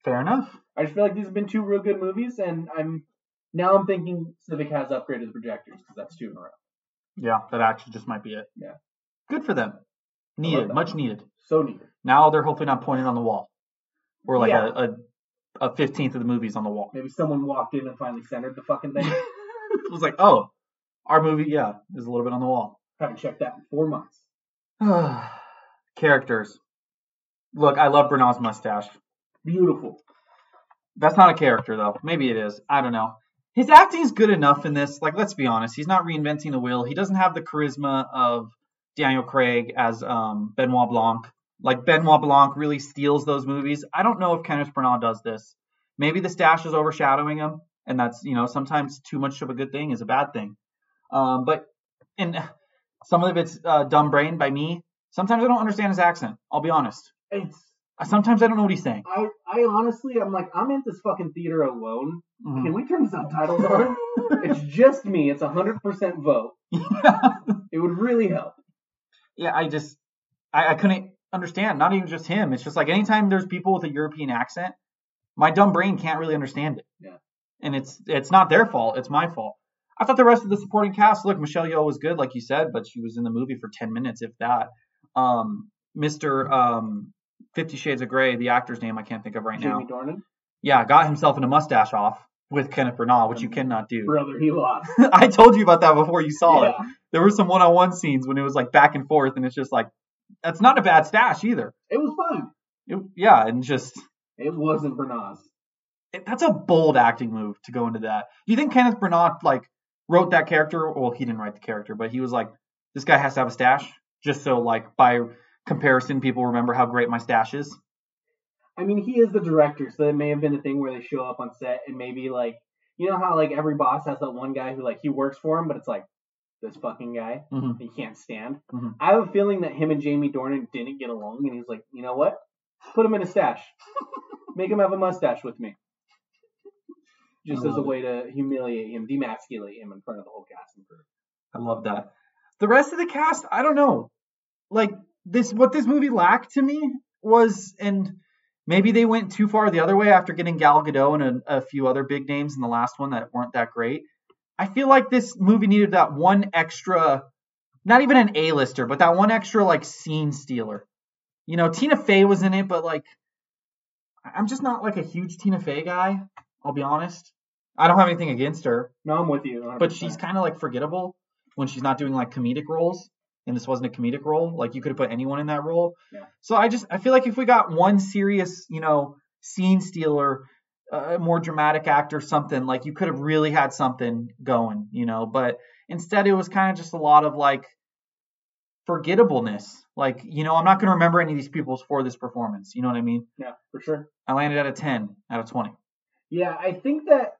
Speaker 5: fair enough.
Speaker 4: I just feel like these have been two real good movies, and I'm now I'm thinking Civic has upgraded the projectors because that's two in a row.
Speaker 5: Yeah, that actually just might be it.
Speaker 4: Yeah.
Speaker 5: Good for them. Needed,
Speaker 4: that.
Speaker 5: much needed.
Speaker 4: So neat.
Speaker 5: Now they're hopefully not pointed on the wall, or like
Speaker 4: Yeah.
Speaker 5: a, a a fifteenth of the movies on the wall.
Speaker 4: Maybe someone walked in and finally centered the fucking thing.
Speaker 5: it was like, oh, our movie, yeah, is a little bit on the wall.
Speaker 4: Haven't checked that in four months.
Speaker 5: Characters. Look, I love Bernard's mustache.
Speaker 4: Beautiful.
Speaker 5: That's not a character though. Maybe it is. I don't know. His acting's good enough in this. Like, let's be honest, he's not reinventing the wheel. He doesn't have the charisma of Daniel Craig as um, Benoit Blanc. Like Benoit Blanc really steals those movies. I don't know if Kenneth Branagh does this. Maybe the stash is overshadowing him, and that's you know sometimes too much of a good thing is a bad thing. Um, but and some of it's uh, dumb brain by me. Sometimes I don't understand his accent. I'll be honest.
Speaker 4: It's
Speaker 5: Sometimes I don't know what he's saying.
Speaker 4: I I honestly I'm like I'm at this fucking theater alone.
Speaker 5: Mhm.
Speaker 4: Can we turn subtitles on? it's just me. It's a hundred percent vote. It would really help.
Speaker 5: yeah, I just I, I couldn't understand. Not even just him. It's just like anytime there's people with a European accent, my dumb brain can't really understand it.
Speaker 4: Yeah.
Speaker 5: And it's it's not their fault. It's my fault. I thought the rest of the supporting cast. Look, Michelle Yeoh was good, like you said, but she was in the movie for ten minutes, if that. Um, Mister um, Fifty Shades of Grey, the actor's name I can't think of right
Speaker 4: Jamie
Speaker 5: now.
Speaker 4: Dornan,
Speaker 5: Yeah, got himself in a mustache off with Kenneth Branagh, which you cannot do.
Speaker 4: brother, he lost.
Speaker 5: I told you about that before you saw it
Speaker 4: Yeah.
Speaker 5: there were some one-on-one scenes when it was like back and forth, and it's just like that's not a bad stash either.
Speaker 4: It was fun.
Speaker 5: It- yeah, and just
Speaker 4: It wasn't Bernaz.
Speaker 5: it, that's a bold acting move to go into that. Do you think Kenneth Branagh like wrote that character? Well, he didn't write the character, but he was like, this guy has to have a stash, just so like by comparison, people remember how great my stash is.
Speaker 4: I mean, he is the director, so it may have been a thing where they show up on set and maybe like, you know how like every boss has that one guy who like he works for him, but it's like this fucking guy
Speaker 5: Mhm.
Speaker 4: he can't stand.
Speaker 5: Mhm.
Speaker 4: I have a feeling that him and Jamie Dornan didn't get along, and he's like, you know what? Put him in a stash. Make him have a mustache with me. Just
Speaker 5: I
Speaker 4: as a
Speaker 5: love it.
Speaker 4: way to humiliate him, demasculate him in front of the whole cast and crew.
Speaker 5: I love that. The rest of the cast, I don't know. Like this what this movie lacked to me was and maybe they went too far the other way after getting Gal Gadot and a, a few other big names in the last one that weren't that great. I feel like this movie needed that one extra not even an A-lister, but that one extra like scene stealer. You know, Tina Fey was in it, but like I- I'm just not like a huge Tina Fey guy, I'll be honest. I don't have anything against her,
Speaker 4: No, I'm with you. 100%.
Speaker 5: but she's kind of like forgettable when she's not doing like comedic roles and this wasn't a comedic role like you could have put anyone in that role
Speaker 4: Yeah.
Speaker 5: so i just i feel like if we got one serious you know scene stealer a more dramatic actor something like you could have really had something going you know but instead it was kind of just a lot of like forgettableness like you know i'm not going to remember any of these people for this performance you know what i mean
Speaker 4: yeah, for sure.
Speaker 5: i landed at a 10 out of 20
Speaker 4: Yeah, I think that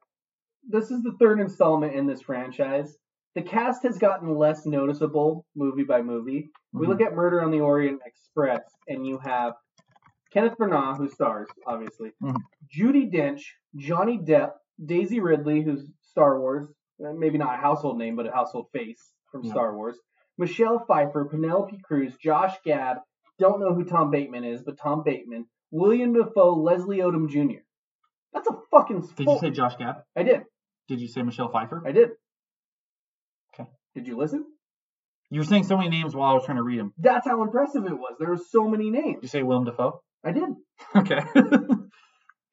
Speaker 4: this is the third installment in this franchise. The cast has gotten less noticeable movie by movie. We
Speaker 5: Mhm.
Speaker 4: look at Murder on the Orient Express, and you have Kenneth Branagh, who stars, obviously,
Speaker 5: Mhm.
Speaker 4: Judy Dench, Johnny Depp, Daisy Ridley, who's Star Wars, uh, maybe not a household name, but a household face from
Speaker 5: Yeah.
Speaker 4: Star Wars, Michelle Pfeiffer, Penelope Cruz, Josh Gad, don't know who Tom Bateman is, but Tom Bateman, William Defoe, Leslie Odom Jr. That's a fucking.
Speaker 5: did
Speaker 4: full-
Speaker 5: you say josh gad
Speaker 4: I did.
Speaker 5: did you say michelle pfeiffer
Speaker 4: I did.
Speaker 5: Okay.
Speaker 4: Did you listen?
Speaker 5: You were saying so many names while I was trying to read them.
Speaker 4: That's how impressive it was. There were so many
Speaker 5: Did you
Speaker 4: names.
Speaker 5: say Willem Dafoe?
Speaker 4: I did.
Speaker 5: Okay.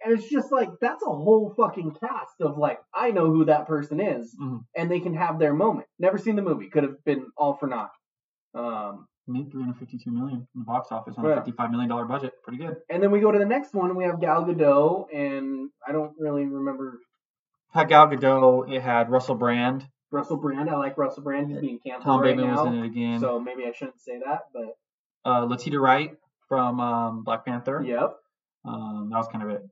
Speaker 4: And it's just like that's a whole fucking cast of like I know who that person is,
Speaker 5: Mhm.
Speaker 4: and they can have their moment. Never seen the movie, could have been all for naught. Um,
Speaker 5: Made 352 million in the box office on
Speaker 4: Yeah.
Speaker 5: a 55 million dollar budget. Pretty good.
Speaker 4: and then we go to the next one. We have Gal Gadot, and I don't really remember
Speaker 5: Had Gal Gadot. It had Russell Brand.
Speaker 4: Russell Brand. I like Russell Brand. He's being canceled
Speaker 5: Uh, Tom
Speaker 4: right
Speaker 5: Bateman
Speaker 4: now,
Speaker 5: was in it again.
Speaker 4: so maybe I shouldn't say that. But
Speaker 5: Uh, Letitia Wright from um, Black Panther.
Speaker 4: yep.
Speaker 5: Um, that was kind of it.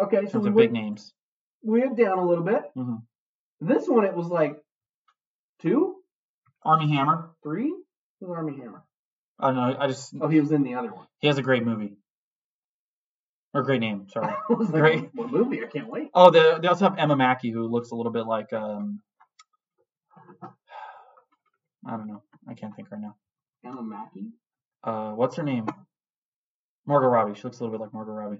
Speaker 4: Okay,
Speaker 5: In
Speaker 4: so
Speaker 5: terms
Speaker 4: we
Speaker 5: of
Speaker 4: went,
Speaker 5: big names.
Speaker 4: we went down a little bit.
Speaker 5: hmm
Speaker 4: This one it was like two,
Speaker 5: Army Hammer.
Speaker 4: three. It was Army Hammer.
Speaker 5: I don't know. I just
Speaker 4: Oh, he was in the other one.
Speaker 5: he has a great movie. Or great name. Sorry.
Speaker 4: I was like,
Speaker 5: Great.
Speaker 4: what movie? I can't wait.
Speaker 5: Oh, they, they also have Emma Mackey, who looks a little bit like um, I don't know, I can't think right now.
Speaker 4: Emma Mackey.
Speaker 5: Uh, what's her name? Margot Robbie. She looks a little bit like Margot Robbie.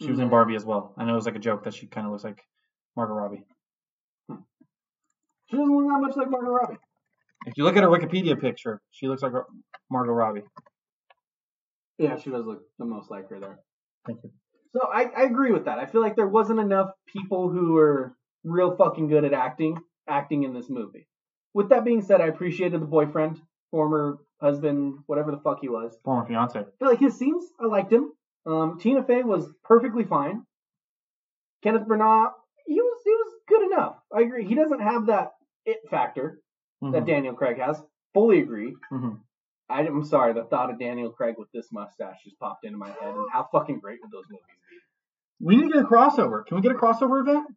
Speaker 5: She was in
Speaker 4: Mm.
Speaker 5: Barbie as well. I know it was like a joke that she kind of looks like Margot Robbie.
Speaker 4: She doesn't look that much like Margot Robbie.
Speaker 5: If you look at her Wikipedia picture, she looks like Ro- Margot Robbie.
Speaker 4: Yeah, she does look the most like her there.
Speaker 5: Thank you.
Speaker 4: So I, I agree with that. I feel like there wasn't enough people who were real fucking good at acting acting in this movie. With that being said, I appreciated the boyfriend, former husband, whatever the fuck he was.
Speaker 5: Former fiance.
Speaker 4: I feel like his scenes, I liked him. Um, Tina Fey was perfectly fine. Kenneth Branagh, he was he was good enough. I agree. He doesn't have that it factor that
Speaker 5: Mhm,
Speaker 4: Daniel Craig has. Fully agree.
Speaker 5: mhm.
Speaker 4: I, am sorry, the thought of Daniel Craig with this mustache just popped into my head. And how fucking great would those movies be?
Speaker 5: We need to get a crossover. Can we get a crossover event?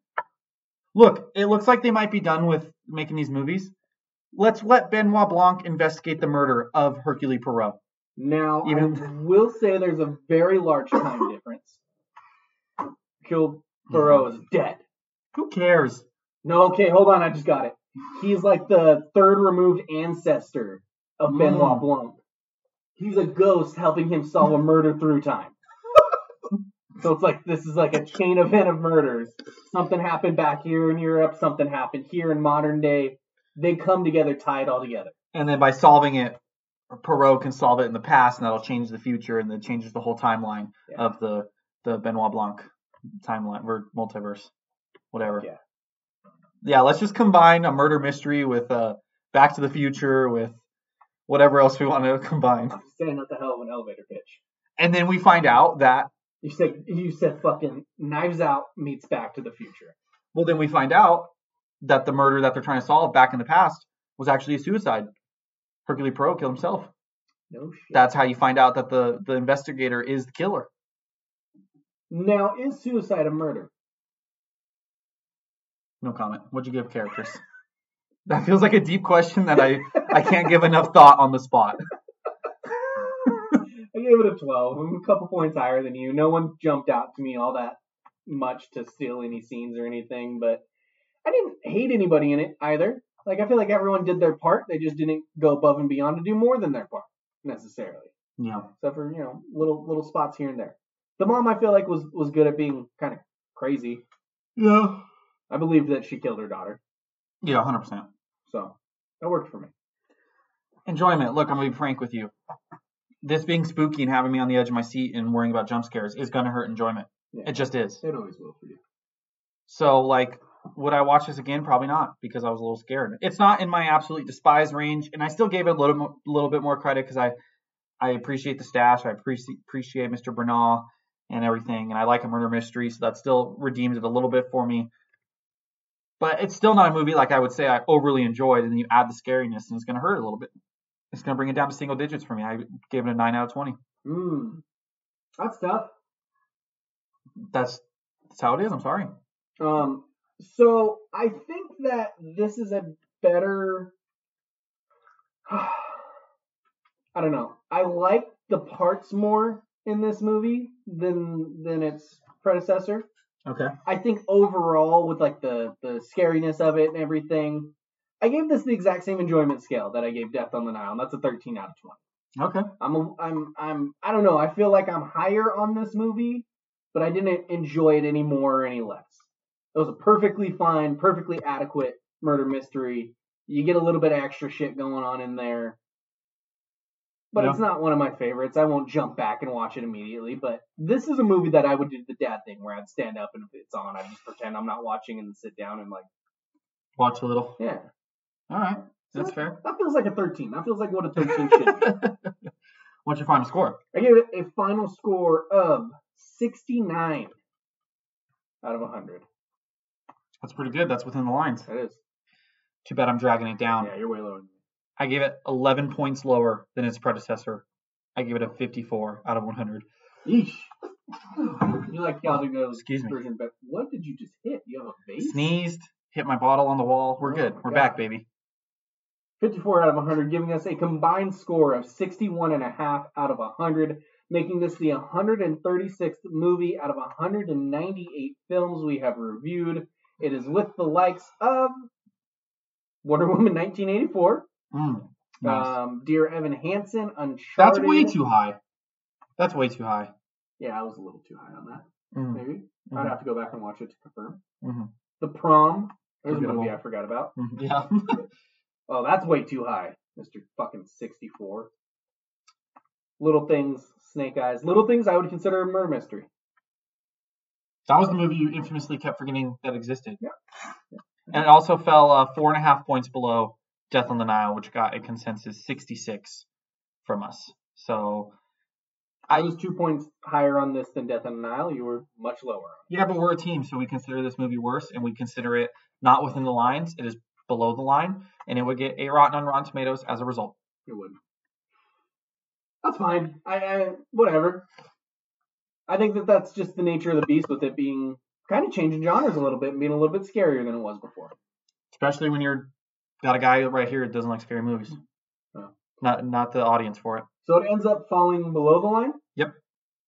Speaker 5: Look, it looks like they might be done with making these movies. Let's let Benoit Blanc investigate the murder of Hercule Poirot.
Speaker 4: Now, I
Speaker 5: Even-
Speaker 4: will say there's a very large time difference. Kill Burrow is dead.
Speaker 5: Hmm. Who cares?
Speaker 4: No, okay, hold on, I just got it. He's like the third removed ancestor of Benoit
Speaker 5: Mm.
Speaker 4: Blanc. He's a ghost helping him solve a murder through time. so it's like this is like a chain event of murders. Something happened back here in Europe, something happened here in modern day. They come together, tie it all together.
Speaker 5: And then by solving it, Poirot can solve it in the past, and that'll change the future, and then changes the whole timeline
Speaker 4: Yeah.
Speaker 5: of the the Benoit Blanc timeline or multiverse, whatever.
Speaker 4: Yeah.
Speaker 5: Yeah, let's just combine a murder mystery with uh, Back to the Future with whatever else we want to combine,
Speaker 4: I'm saying what the hell of an elevator pitch.
Speaker 5: and then we find out that
Speaker 4: You said you said fucking knives out meets back to the future.
Speaker 5: Well, then we find out that the murder that they're trying to solve back in the past was actually a suicide. Hercule Poirot killed himself.
Speaker 4: No shit.
Speaker 5: That's how you find out that the, the investigator is the killer.
Speaker 4: now is suicide a murder?
Speaker 5: No comment. What'd you give characters? that feels like a deep question that I, I can't give enough thought on the spot.
Speaker 4: I gave it a 12. I'm a couple points higher than you. No one jumped out to me all that much to steal any scenes or anything, but I didn't hate anybody in it either. Like, I feel like everyone did their part. They just didn't go above and beyond to do more than their part, necessarily.
Speaker 5: Yeah.
Speaker 4: Except for, you know, little little spots here and there. The mom, I feel like, was, was good at being kind of crazy.
Speaker 5: Yeah.
Speaker 4: I believe that she killed her daughter,
Speaker 5: Yeah, 100%.
Speaker 4: so that worked for me.
Speaker 5: Enjoyment. Look, I'm going to be frank with you. This being spooky and having me on the edge of my seat and worrying about jump scares is going to hurt enjoyment.
Speaker 4: Yeah.
Speaker 5: It just is.
Speaker 4: It always will for you.
Speaker 5: So like, would I watch this again? Probably not because I was a little scared. It's not in my absolute despise range, and I still gave it a little mo- little bit more credit because I I appreciate the stash, I appreciate appreciate Mr. Bernal and everything, and I like a murder mystery, so that still redeemed it a little bit for me. But it's still not a movie like I would say I overly enjoyed, and then you add the scariness, and it's gonna hurt a little bit. It's gonna bring it down to single digits for me. I gave it a nine out of twenty.
Speaker 4: Mm. That's tough.
Speaker 5: That's that's how it is. I'm sorry.
Speaker 4: Um, so I think that this is a better. I don't know. I like the parts more in this movie than than its predecessor.
Speaker 5: Okay.
Speaker 4: I think overall, with like the the scariness of it and everything, I gave this the exact same enjoyment scale that I gave Death on the Nile, and that's a 13 out of 20.
Speaker 5: Okay.
Speaker 4: I'm a, I'm I'm I don't know. I feel like I'm higher on this movie, but I didn't enjoy it any more or any less. It was a perfectly fine, perfectly adequate murder mystery You get a little bit of extra shit going on in there. But
Speaker 5: Yeah.
Speaker 4: it's not one of my favorites. I won't jump back and watch it immediately. But this is a movie that I would do the dad thing where I'd stand up and if it's on, I'd just pretend I'm not watching and sit down and like,
Speaker 5: Watch a little.
Speaker 4: yeah.
Speaker 5: All right, that's
Speaker 4: So
Speaker 5: fair.
Speaker 4: That feels like a 13. That feels like what a 13 should be.
Speaker 5: What's your final score?
Speaker 4: I gave it a final score of 69 out of 100.
Speaker 5: That's pretty good. That's within the lines.
Speaker 4: That is.
Speaker 5: Too bad I'm dragging it down.
Speaker 4: Yeah, you're way lower. than me.
Speaker 5: I gave it 11 points lower than its predecessor. I gave it a 54 out of 100.
Speaker 4: Yeesh. You like Caldigo's
Speaker 5: Excuse me.
Speaker 4: version, but what did you just hit? You have a base?
Speaker 5: Sneezed, hit my bottle on the wall. We're
Speaker 4: Oh
Speaker 5: good.
Speaker 4: my
Speaker 5: We're
Speaker 4: God.
Speaker 5: back, baby.
Speaker 4: 54 out of 100, giving us a combined score of 61.5 out of 100, making this the 136th movie out of 198 films we have reviewed. It is with the likes of Wonder Woman 1984,
Speaker 5: Mm, nice.
Speaker 4: um, Dear Evan Hansen, Uncharted.
Speaker 5: That's way too high. That's way too high.
Speaker 4: Yeah, I was a little too high on that.
Speaker 5: Mm,
Speaker 4: Maybe I'd
Speaker 5: Mhm.
Speaker 4: have to go back and watch it to confirm.
Speaker 5: mhm,
Speaker 4: The Prom. There's a
Speaker 5: Forgettable.
Speaker 4: movie I forgot about.
Speaker 5: mhm. Yeah.
Speaker 4: Oh, that's way too high, Mister Fucking 64. Little things, Snake Eyes. Little things I would consider a murder mystery.
Speaker 5: that was the movie you infamously kept forgetting that existed.
Speaker 4: Yeah.
Speaker 5: And it also fell uh, four and a half points below Death on the Nile, which got a consensus 66 from us. So,
Speaker 4: I was two points higher on this than Death on the Nile. You were much lower. on
Speaker 5: yeah, but we're a team, so we consider this movie worse, and we consider it not within the lines. It is below the line, and it would get a rotten on Rotten Tomatoes as a result.
Speaker 4: it. It would. That's fine. I, I whatever. I think that that's just the nature of the beast with it being kind of changing genres a little bit and being a little bit scarier than it was before.
Speaker 5: Especially when you're got a guy right here that doesn't like scary movies.
Speaker 4: Yeah.
Speaker 5: Not not the audience for it.
Speaker 4: So it ends up falling below the line.
Speaker 5: Yep.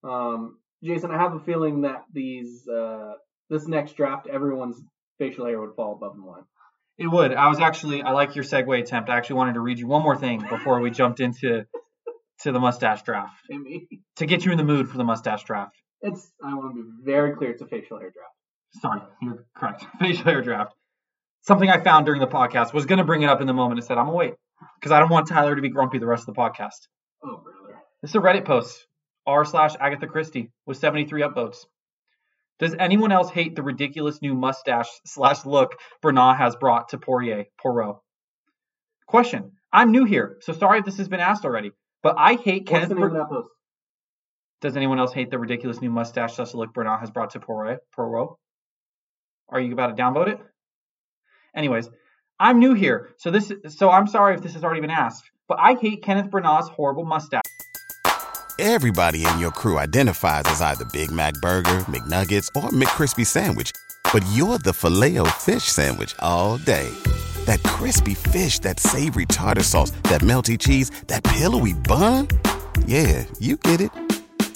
Speaker 4: Um, Jason, I have a feeling that these uh, this next draft, everyone's facial hair would fall above the line.
Speaker 5: It would. I was actually I like your segue attempt. I actually wanted to read you one more thing before we jumped into to the mustache draft.
Speaker 4: I mean,
Speaker 5: To get you in the mood for the mustache draft.
Speaker 4: it's I want to be very clear. It's a facial hair draft.
Speaker 5: Sorry, you're correct. Facial hair draft. Something I found during the podcast was gonna bring it up in the moment and said, I'm gonna wait. Because I don't want Tyler to be grumpy the rest of the podcast.
Speaker 4: Oh brother.
Speaker 5: This is a Reddit post. R slash Agatha Christie with 73 upvotes. Does anyone else hate the ridiculous new mustache slash look Bernard has brought to Poirier Poirot? Question. I'm new here, so sorry if this has been asked already. But I hate
Speaker 4: What's
Speaker 5: Kenneth.
Speaker 4: the name of
Speaker 5: Ber-
Speaker 4: that post?
Speaker 5: Does anyone else hate the ridiculous new mustache slash look Bernard has brought to Poirot? Poirot? Are you about to downvote it? Anyways, I'm new here, so this so I'm sorry if this has already been asked. But I hate Kenneth Branagh's horrible mustache.
Speaker 6: Everybody in your crew identifies as either Big Mac Burger, McNuggets, or McCrispy Sandwich. But you're the filet fish Sandwich all day. That crispy fish, that savory tartar sauce, that melty cheese, that pillowy bun. Yeah, you get it.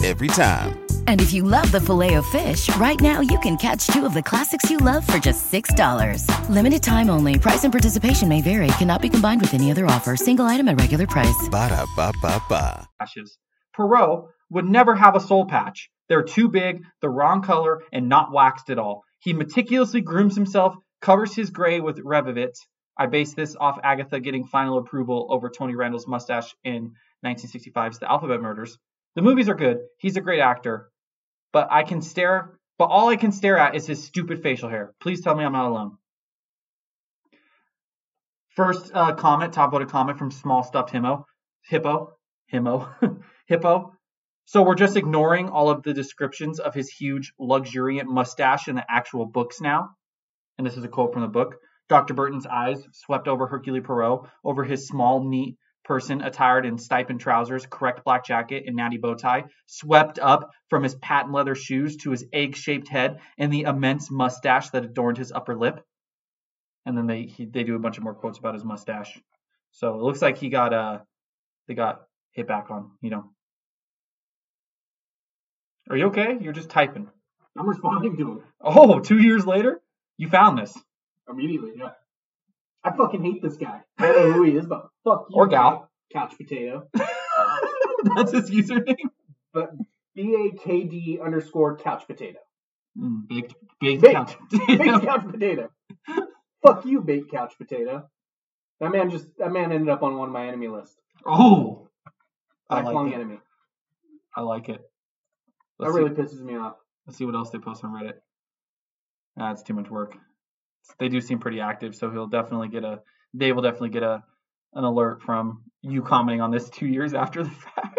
Speaker 6: Every time.
Speaker 7: And if you love the filet of fish, right now you can catch two of the classics you love for just $6. Limited time only. Price and participation may vary. Cannot be combined with any other offer. Single item at regular price.
Speaker 6: Ba-da-ba-ba-ba.
Speaker 5: patches. Perot would never have a soul patch. They're too big, the wrong color, and not waxed at all. He meticulously grooms himself, covers his gray with Revivit. I base this off Agatha getting final approval over Tony Randall's mustache in 1965's The Alphabet Murders. The movies are good. He's a great actor, but I can stare. But all I can stare at is his stupid facial hair. Please tell me I'm not alone. First uh, comment, top voted comment from Small Stuffed Himmo. Hippo himmo, hippo. So we're just ignoring all of the descriptions of his huge, luxuriant mustache in the actual books now. And this is a quote from the book. Dr. Burton's eyes swept over Hercule Poirot, over his small, neat person attired in stipend trousers, correct black jacket, and natty bow tie, swept up from his patent leather shoes to his egg shaped head and the immense mustache that adorned his upper lip. And then they he, they do a bunch of more quotes about his mustache. So it looks like he got uh they got hit back on, you know. Are you okay? You're just typing.
Speaker 4: I'm responding to him
Speaker 5: Oh, two years later? You found this.
Speaker 4: immediately. Yeah. I fucking hate this guy. I don't know who he is, but fuck you.
Speaker 5: Or gal.
Speaker 4: Couch potato.
Speaker 5: That's his username.
Speaker 4: But B A K D underscore couch potato.
Speaker 5: Mm, Baked, baked,
Speaker 4: Baked.
Speaker 5: couch.
Speaker 4: Baked couch potato. Fuck you, baked couch potato. That man just that man ended up on one of my enemy lists.
Speaker 5: Oh, I
Speaker 4: Lifelong
Speaker 5: like it.
Speaker 4: enemy.
Speaker 5: I like it.
Speaker 4: That
Speaker 5: Let's,
Speaker 4: really
Speaker 5: see,
Speaker 4: pisses me off.
Speaker 5: let's see what else they post on Reddit. Nah, it's too much work. They do seem pretty active, so he'll definitely get a. They will definitely get a an alert from you commenting on this two years after the fact.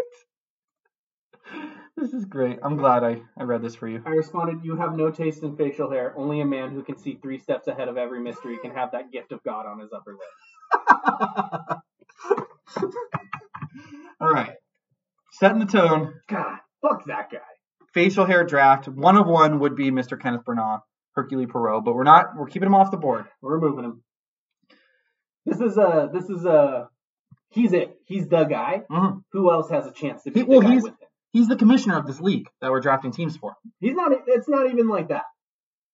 Speaker 5: this is great. I'm glad I I read this for you.
Speaker 4: I responded, "You have no taste in facial hair. Only a man who can see three steps ahead of every mystery can have that gift of God on his upper lip."
Speaker 5: All right, setting the tone.
Speaker 4: God, fuck that guy.
Speaker 5: facial hair draft. One of one would be Mr. Kenneth Branagh, Hercule Poirot, but we're not. We're keeping him off the board.
Speaker 4: We're removing him. This is a this is a he's it. He's the guy.
Speaker 5: Mhm.
Speaker 4: Who else has a chance to be
Speaker 5: He-
Speaker 4: the
Speaker 5: well,
Speaker 4: guy
Speaker 5: he's-
Speaker 4: with him?
Speaker 5: He's the commissioner of this league that we're drafting teams for.
Speaker 4: He's not. It's not even like that.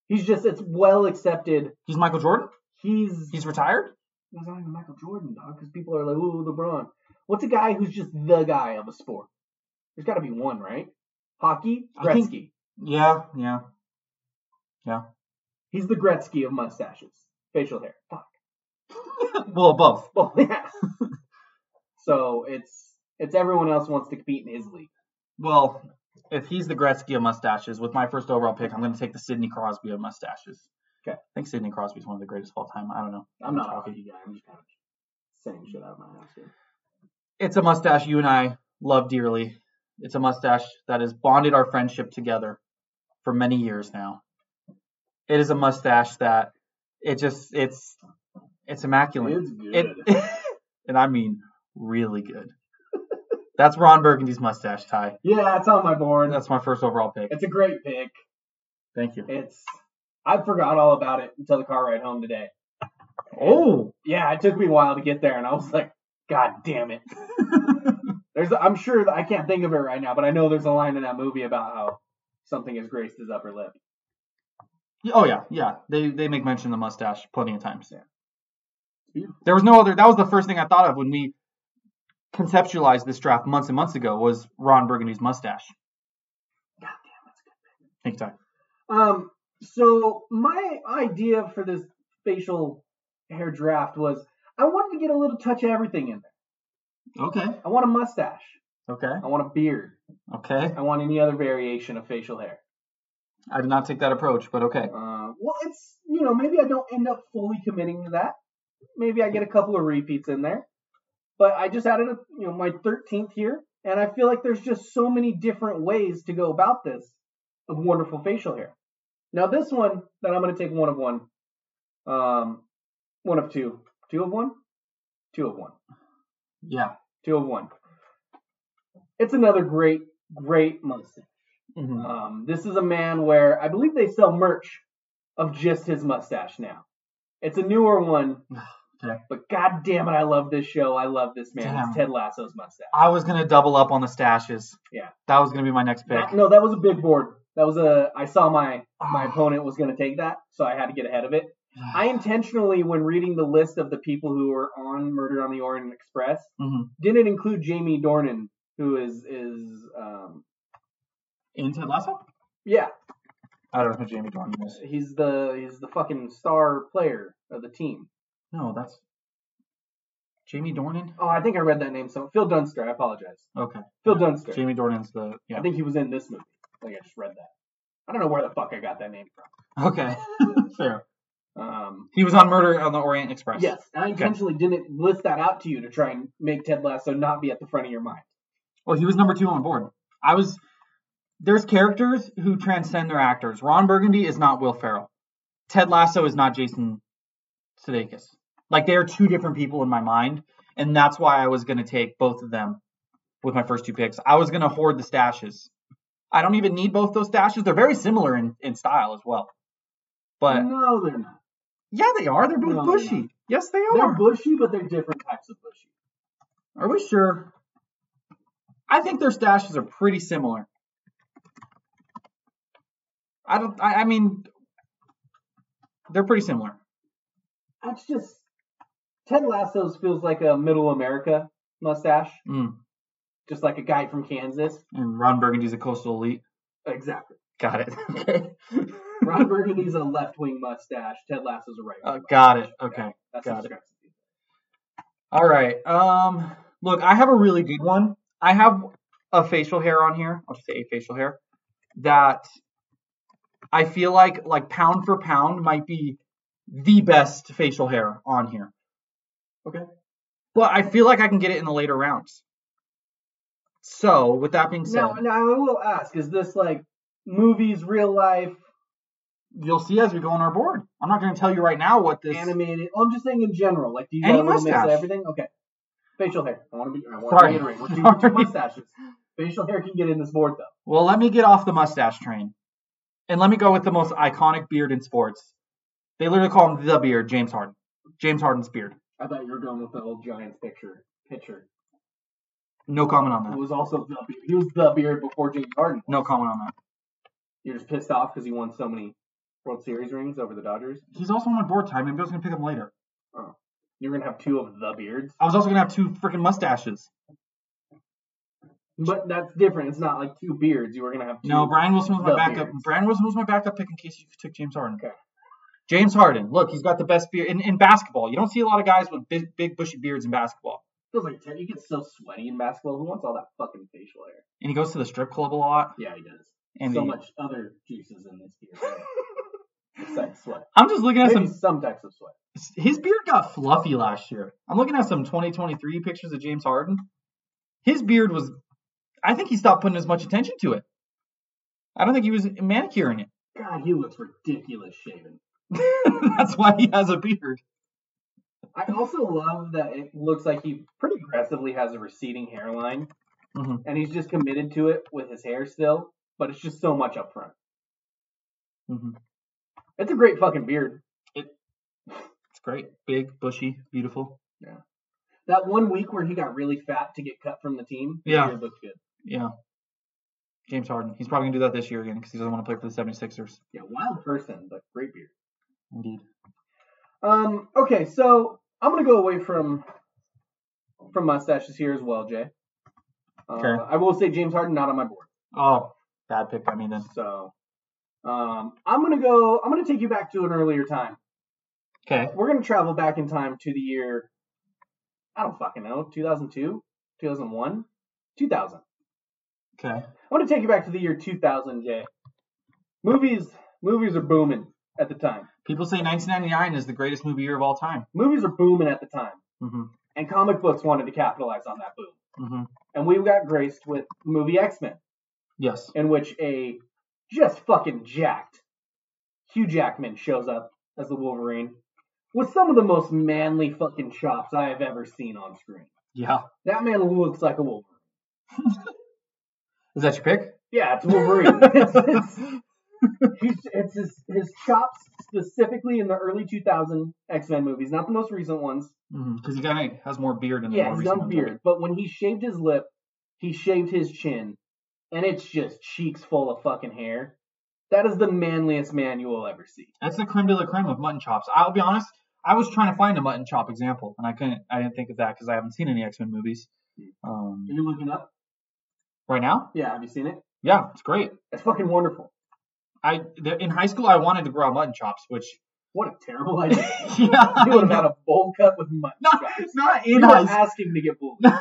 Speaker 4: He's just. It's well accepted.
Speaker 5: He's Michael Jordan.
Speaker 4: He's.
Speaker 5: He's retired.
Speaker 4: He's not even Michael Jordan, dog. Because people are like, ooh, LeBron. What's a guy who's just the guy of a sport? There's got to be one, right? Hockey,
Speaker 5: I
Speaker 4: Gretzky.
Speaker 5: think- Yeah, yeah, yeah.
Speaker 4: He's the Gretzky of mustaches, facial hair. Fuck.
Speaker 5: well, both.
Speaker 4: Well, yeah. so it's it's everyone else wants to compete in his league.
Speaker 5: Well, if he's the Gretzky of mustaches, with my first overall pick, I'm going to take the Sidney Crosby of mustaches.
Speaker 4: Okay.
Speaker 5: I think Sidney Crosby is one of the greatest of all time. I don't know.
Speaker 4: I'm not a hockey guy. I'm just kind of saying shit out of my ass here.
Speaker 5: It's a mustache you and I love dearly. It's a mustache that has bonded our friendship together for many years now. It is a mustache that it just it's it's immaculate.
Speaker 4: It's good.
Speaker 5: It- and I mean really good. That's Ron Burgundy's mustache tie.
Speaker 4: Yeah, it's on my board.
Speaker 5: That's my first overall pick.
Speaker 4: It's a great pick.
Speaker 5: Thank you.
Speaker 4: It's I forgot all about it until the car ride home today.
Speaker 5: Oh,
Speaker 4: Yeah, it took me a while to get there, and I was like, God damn it. there's, I'm sure that I can't think of it right now, but I know there's a line in that movie about how something has graced his upper lip.
Speaker 5: oh yeah, yeah. They they make mention of the mustache plenty of times.
Speaker 4: beautiful.
Speaker 5: There was no other. That was the first thing I thought of when we conceptualized this draft months and months ago. Was Ron Burgundy's mustache? Big time.
Speaker 4: Um, so my idea for this facial hair draft was I wanted to get a little touch of everything in there.
Speaker 5: Okay.
Speaker 4: I want a mustache.
Speaker 5: Okay.
Speaker 4: I want a beard.
Speaker 5: Okay.
Speaker 4: I want any other variation of facial hair.
Speaker 5: I did not take that approach, but okay.
Speaker 4: Uh, well, it's you know maybe I don't end up fully committing to that. Maybe I get a couple of repeats in there, but I just added a, you know my thirteenth here, and I feel like there's just so many different ways to go about this of wonderful facial hair. Now this one that I'm going to take one of one, um, one of two, two of one, two of one,
Speaker 5: Yeah.
Speaker 4: two of one. It's another great, great mustache.
Speaker 5: Mhm.
Speaker 4: Um, this is a man where I believe they sell merch of just his mustache now. It's a newer one,
Speaker 5: Okay.
Speaker 4: but god damn it, I love this show. I love this man.
Speaker 5: Damn.
Speaker 4: It's Ted Lasso's mustache.
Speaker 5: I was gonna double up on the stashes.
Speaker 4: Yeah.
Speaker 5: That was gonna be my next pick.
Speaker 4: That- no, that was a big board. That was a. I saw my
Speaker 5: Ah.
Speaker 4: my opponent was going to take that, so I had to get ahead of it. I intentionally, when reading the list of the people who were on Murder on the Orient Express,
Speaker 5: Mhm.
Speaker 4: didn't include Jamie Dornan, who is is um,
Speaker 5: In Ted Lasso?
Speaker 4: yeah,
Speaker 5: I don't know who Jamie Dornan is.
Speaker 4: he's the he's the fucking star player of the team.
Speaker 5: No, that's Jamie Dornan.
Speaker 4: Oh, I think I read that name. So Phil Dunster. I apologize.
Speaker 5: Okay.
Speaker 4: Phil Dunster.
Speaker 5: Jamie Dornan's the yeah.
Speaker 4: I think he was in this movie. Like I just read that. I don't know where the fuck I got that name
Speaker 5: Okay.
Speaker 4: from.
Speaker 5: Fair.
Speaker 4: Um,
Speaker 5: He was on Murder on the Orient Express.
Speaker 4: yes, I intentionally didn't list that out to you to try and make Ted Lasso not be at the front of your mind.
Speaker 5: Well, he was number two on the board. I was. There's characters who transcend their actors. Ron Burgundy is not Will Ferrell. Ted Lasso is not Jason Sudeikis. Like they are two different people in my mind, and that's why I was gonna take both of them with my first two picks. I was gonna hoard the stashes. I don't even need both those stashes. They're very similar in, in style as well. But
Speaker 4: no, they're not.
Speaker 5: yeah, they are. They're both
Speaker 4: No, they're
Speaker 5: bushy.
Speaker 4: not.
Speaker 5: yes, they
Speaker 4: They're
Speaker 5: are.
Speaker 4: bushy, but they're different types of bushy.
Speaker 5: Are we sure? I think their stashes are pretty similar. I don't. I, I mean, they're pretty similar.
Speaker 4: That's just Ted Lasso's feels like a middle America mustache,
Speaker 5: Mm.
Speaker 4: just like a guy from Kansas.
Speaker 5: And Ron Burgundy's a coastal elite.
Speaker 4: Exactly.
Speaker 5: Got it. Okay.
Speaker 4: Ron Burgundy's a left wing mustache. Ted Lasso's a right wing.
Speaker 5: Uh, got it. Okay.
Speaker 4: That's
Speaker 5: Got it.
Speaker 4: describes
Speaker 5: All right. Um, look, I have a really good one. I have a facial hair on here. I'll just say a facial hair that I feel like like pound for pound might be the best facial hair on here. Okay. But I feel like I can get it in the later rounds. So, with that being said,
Speaker 4: Now, now I will ask: Is this like movies, real life,
Speaker 5: you'll see as we go on our board. I'm not going to tell you right now what this
Speaker 4: animated? Well, I'm just saying in general. Like, do you
Speaker 5: Any
Speaker 4: got a little mix of
Speaker 5: mustache.
Speaker 4: everything? Okay. Facial hair. I want to be. I want to
Speaker 5: Sorry.
Speaker 4: reiterate. We're doing two
Speaker 5: Sorry.
Speaker 4: mustaches. Facial hair can get in this board though.
Speaker 5: Well, let me get off the mustache train. And let me go with the most iconic beard in sports. They literally call him the beard, James Harden. James Harden's beard.
Speaker 4: I thought you were going with the old Giants picture. Picture.
Speaker 5: No comment on
Speaker 4: It
Speaker 5: that.
Speaker 4: was also the beard. He was the beard before James Harden.
Speaker 5: No comment on that.
Speaker 4: You're just pissed off because he won so many World Series rings over the Dodgers.
Speaker 5: He's also on my board time. Maybe I was going to pick him later.
Speaker 4: Oh. You're gonna have two of the beards.
Speaker 5: I was also going to have two freaking mustaches.
Speaker 4: But that's different. It's not like two beards. You were gonna have two
Speaker 5: No, Brian Wilson was my
Speaker 4: the
Speaker 5: backup.
Speaker 4: beards.
Speaker 5: Brian Wilson was my backup pick in case you took James Harden.
Speaker 4: Okay.
Speaker 5: James Harden. Look, he's got the best beard in, in basketball. You don't see a lot of guys with big, big bushy beards in basketball.
Speaker 4: Feels like ten- you get so sweaty in basketball. Who wants all that fucking facial hair?
Speaker 5: And he goes to the strip club a lot.
Speaker 4: Yeah, he does.
Speaker 5: And
Speaker 4: so
Speaker 5: he-
Speaker 4: much other juices in this beard. Besides sweat.
Speaker 5: I'm just looking at
Speaker 4: Maybe
Speaker 5: some
Speaker 4: some types of sweat.
Speaker 5: his beard got fluffy last year. I'm looking at some 2023 pictures of James Harden. His beard was, I think he stopped putting as much attention to it. I don't think he was manicuring it.
Speaker 4: God, he looks ridiculous shaven.
Speaker 5: That's why he has a beard.
Speaker 4: I also love that it looks like he pretty aggressively has a receding hairline,
Speaker 5: Mhm.
Speaker 4: and he's just committed to it with his hair still. But it's just so much up front.
Speaker 5: Mhm.
Speaker 4: It's a great fucking beard.
Speaker 5: It's great, big, bushy, beautiful.
Speaker 4: That one week where he got really fat to get cut from the team, his
Speaker 5: Yeah.
Speaker 4: beard looked good.
Speaker 5: Yeah. James Harden. He's probably gonna do that this year again because he doesn't want to play for the 76ers.
Speaker 4: Yeah, wild person, but great beard.
Speaker 5: Indeed.
Speaker 4: Um, okay, so I'm gonna go away from from mustaches here as well, Jay. Uh,
Speaker 5: Okay.
Speaker 4: I will say James Harden not on my board.
Speaker 5: Oh, bad pick by me then.
Speaker 4: So um, I'm gonna go. I'm gonna take you back to an earlier time.
Speaker 5: Okay.
Speaker 4: We're gonna travel back in time to the year. I don't fucking know. 2002, 2001, 2000.
Speaker 5: Okay.
Speaker 4: I want to take you back to the year 2000, Jay. Movies, movies are booming at the time.
Speaker 5: People say 1999 is the greatest movie year of all time.
Speaker 4: Movies are booming at the time,
Speaker 5: hmm
Speaker 4: and comic books wanted to capitalize on that boom.
Speaker 5: hmm
Speaker 4: And we got graced with the movie X Men,
Speaker 5: Yes.
Speaker 4: in which a just fucking jacked Hugh Jackman shows up as the Wolverine with some of the most manly fucking chops I have ever seen on screen.
Speaker 5: Yeah.
Speaker 4: That man looks like a Wolverine.
Speaker 5: Is that your pick? Mm-hmm,
Speaker 4: Yeah, it's Wolverine. it's, it's, he's- it's his, his chops specifically in the early 2000 X Men movies, not the most recent ones.
Speaker 5: Because he kind of has more beard in the
Speaker 4: yeah,
Speaker 5: more
Speaker 4: he's
Speaker 5: recent
Speaker 4: done
Speaker 5: ones,
Speaker 4: beard, but when he shaved his lip, he shaved his chin, and it's just cheeks full of fucking hair. That is the manliest man you will ever see.
Speaker 5: That's the creme de la creme of mutton chops. I'll be honest. I was trying to find a mutton chop example, and I couldn't. I didn't think of that because I haven't seen any X Men movies.
Speaker 4: Mm.
Speaker 5: Um,
Speaker 4: Are you looking up?
Speaker 5: right now,
Speaker 4: Yeah, have you seen it?
Speaker 5: yeah, it's great.
Speaker 4: It's fucking wonderful.
Speaker 5: I th- in high school I wanted to grow out mutton chops, which
Speaker 4: What a terrible idea.
Speaker 5: yeah,
Speaker 4: you would have had a bowl cut with mutton
Speaker 5: not,
Speaker 4: chops.
Speaker 5: not
Speaker 4: You
Speaker 5: in
Speaker 4: were
Speaker 5: high school,
Speaker 4: asking to get bullied.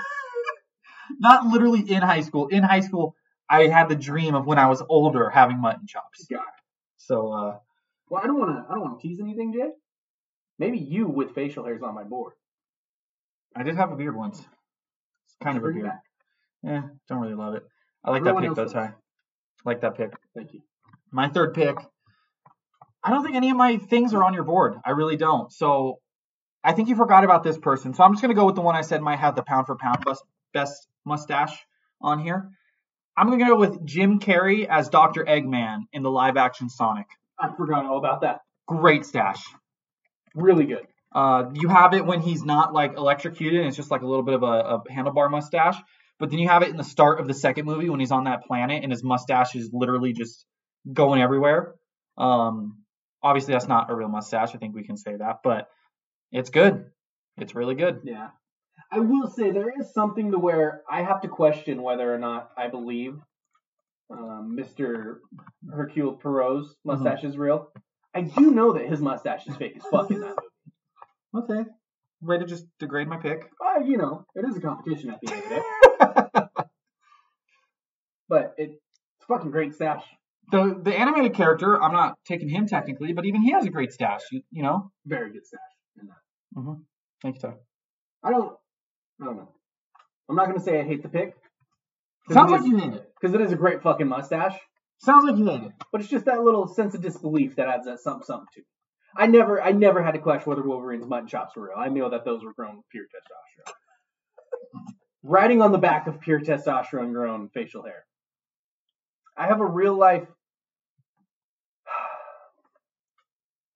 Speaker 5: not literally in high school. In high school, I had the dream of when I was older having mutton chops.
Speaker 4: God.
Speaker 5: So uh,
Speaker 4: Well, I don't want to. I don't want to tease anything, Jay. Maybe you with facial hairs on my board.
Speaker 5: I did have a beard once. It's kind of a
Speaker 4: Bring it
Speaker 5: beard.
Speaker 4: back.
Speaker 5: Yeah, don't really love it. I like
Speaker 4: Everyone
Speaker 5: that pick though,
Speaker 4: else
Speaker 5: Ty.
Speaker 4: does.
Speaker 5: like that pick.
Speaker 4: Thank you.
Speaker 5: My third pick. I don't think any of my things are on your board. I really don't. So I think you forgot about this person. So I'm just gonna go with the one I said might have the pound for pound best, best mustache on here. I'm gonna go with Jim Carrey as Dr. Eggman in the live action Sonic.
Speaker 4: I forgot all about that.
Speaker 5: Great stash.
Speaker 4: Really good.
Speaker 5: Uh, you have it when he's not like electrocuted and it's just like a little bit of a, a handlebar mustache. But then you have it in the start of the second movie when he's on that planet and his mustache is literally just going everywhere. Um, obviously, that's not a real mustache. I think we can say that, but it's good. It's really good.
Speaker 4: Yeah. I will say there is something to where I have to question whether or not I believe um, Mr. Hercule Poirot's mustache is real. I do know that his mustache is fake as fuck in that movie.
Speaker 5: Okay. way to just degrade my pick.
Speaker 4: Well, you know, it is a competition at the end of it. But it, it's fucking great stash.
Speaker 5: the the animated character, I'm not taking him technically, but even he has a great stash. You, you know.
Speaker 4: Very good stash uh, in that.
Speaker 5: Mm-hmm. Thank you, Ty.
Speaker 4: I don't. I don't know. I'm not gonna say I hate the pick.
Speaker 5: Sounds like you hate it.
Speaker 4: because it is a great fucking mustache.
Speaker 5: Sounds like you hate it.
Speaker 4: But it's just that little sense of disbelief that adds that something something to. it. I never, I never had to question whether Wolverine's mutton chops were real. I knew that those were grown with pure testosterone. Riding on the back of pure testosterone grown facial hair. I have a real life.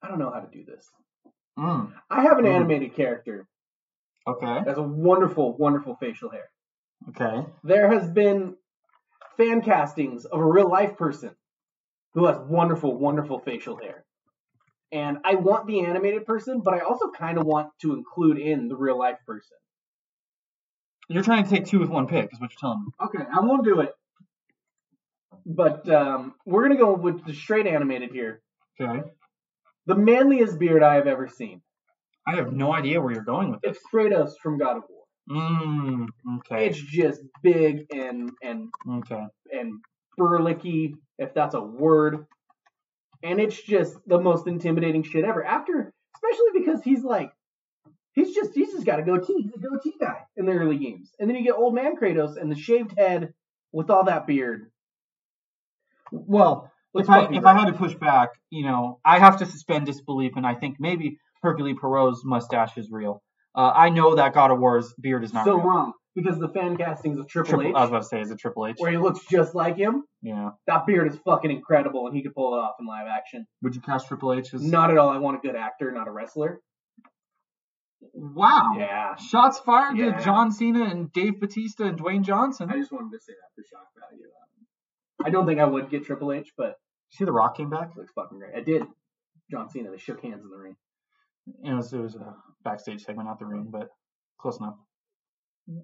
Speaker 4: I don't know how to do this.
Speaker 5: Mm.
Speaker 4: I have an
Speaker 5: Mm.
Speaker 4: animated character
Speaker 5: Okay.
Speaker 4: that has a wonderful, wonderful facial hair.
Speaker 5: Okay.
Speaker 4: There has been fan castings of a real life person who has wonderful, wonderful facial hair. And I want the animated person, but I also kind of want to include in the real life person.
Speaker 5: You're trying to take two with one pick, is what you're telling me.
Speaker 4: Okay, I won't do it. But um, we're going to go with the straight animated here.
Speaker 5: Okay.
Speaker 4: The manliest beard I have ever seen.
Speaker 5: I have no idea where you're going with this.
Speaker 4: It's Kratos from God of War.
Speaker 5: Mm. Okay.
Speaker 4: It's just big and and
Speaker 5: Okay.
Speaker 4: and burlicky, if that's a word. And it's just the most intimidating shit ever. After, especially because he's like, he's just he's just got a goatee. He's a goatee guy in the early games, and then you get old man Kratos and the shaved head with all that beard.
Speaker 5: Well,
Speaker 4: Let's
Speaker 5: if I
Speaker 4: fucking
Speaker 5: if
Speaker 4: go.
Speaker 5: I had to push back, you know, I have to suspend disbelief, and I think maybe Hercule Poirot's mustache is real. Uh, I know that God of War's beard is not
Speaker 4: so
Speaker 5: real.
Speaker 4: wrong because the fan castings of Triple,
Speaker 5: Triple, I was
Speaker 4: H,
Speaker 5: about to say, is it Triple H?
Speaker 4: where he looks just like him.
Speaker 5: Yeah.
Speaker 4: That beard is fucking incredible, and he could pull it off in live action.
Speaker 5: Would you cast Triple H as?
Speaker 4: Not at all. I want a good actor, not a wrestler.
Speaker 5: Wow.
Speaker 4: Yeah.
Speaker 5: Shots fired
Speaker 4: Yeah.
Speaker 5: to John Cena and Dave Batista and Dwayne Johnson.
Speaker 4: I just wanted to say that for shock value. I don't think I would get Triple H, but
Speaker 5: See, The Rock came back.
Speaker 4: it looks fucking great. I did. John Cena. They shook hands in the ring.
Speaker 5: It was, it was a backstage segment, not the ring, but close enough.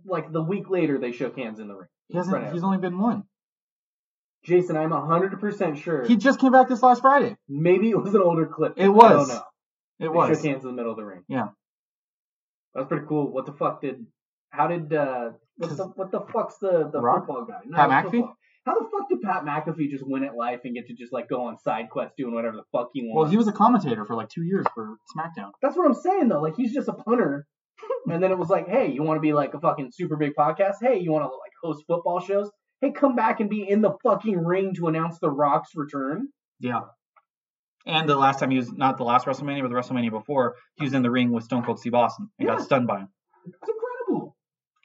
Speaker 4: Like the week later, they shook hands in the ring.
Speaker 5: He hasn't.
Speaker 4: Right.
Speaker 5: He's only been one.
Speaker 4: Jason, I'm hundred percent sure.
Speaker 5: He just came back this last Friday.
Speaker 4: Maybe it was an older clip.
Speaker 5: It was.
Speaker 4: I don't know.
Speaker 5: It
Speaker 4: They
Speaker 5: was.
Speaker 4: shook hands in the middle of the ring.
Speaker 5: Yeah.
Speaker 4: That was pretty cool. What the fuck did? How did? uh What the what the fuck's the the
Speaker 5: Rock?
Speaker 4: football guy? No,
Speaker 5: Pat
Speaker 4: the
Speaker 5: McAfee?
Speaker 4: football- How the fuck did Pat McAfee just win at life and get to just like go on side quests doing whatever the fuck he wants?
Speaker 5: Well, he was a commentator for like two years for SmackDown.
Speaker 4: That's what I'm saying though. Like he's just a punter. And then it was like, hey, you want to be like a fucking super big podcast? Hey, you want to like host football shows? Hey, come back and be in the fucking ring to announce The Rock's return.
Speaker 5: Yeah. And the last time he was not the last WrestleMania, but the WrestleMania before, he was in the ring with Stone Cold Steve Austin and
Speaker 4: Yeah.
Speaker 5: got stunned by him.
Speaker 4: It's incredible.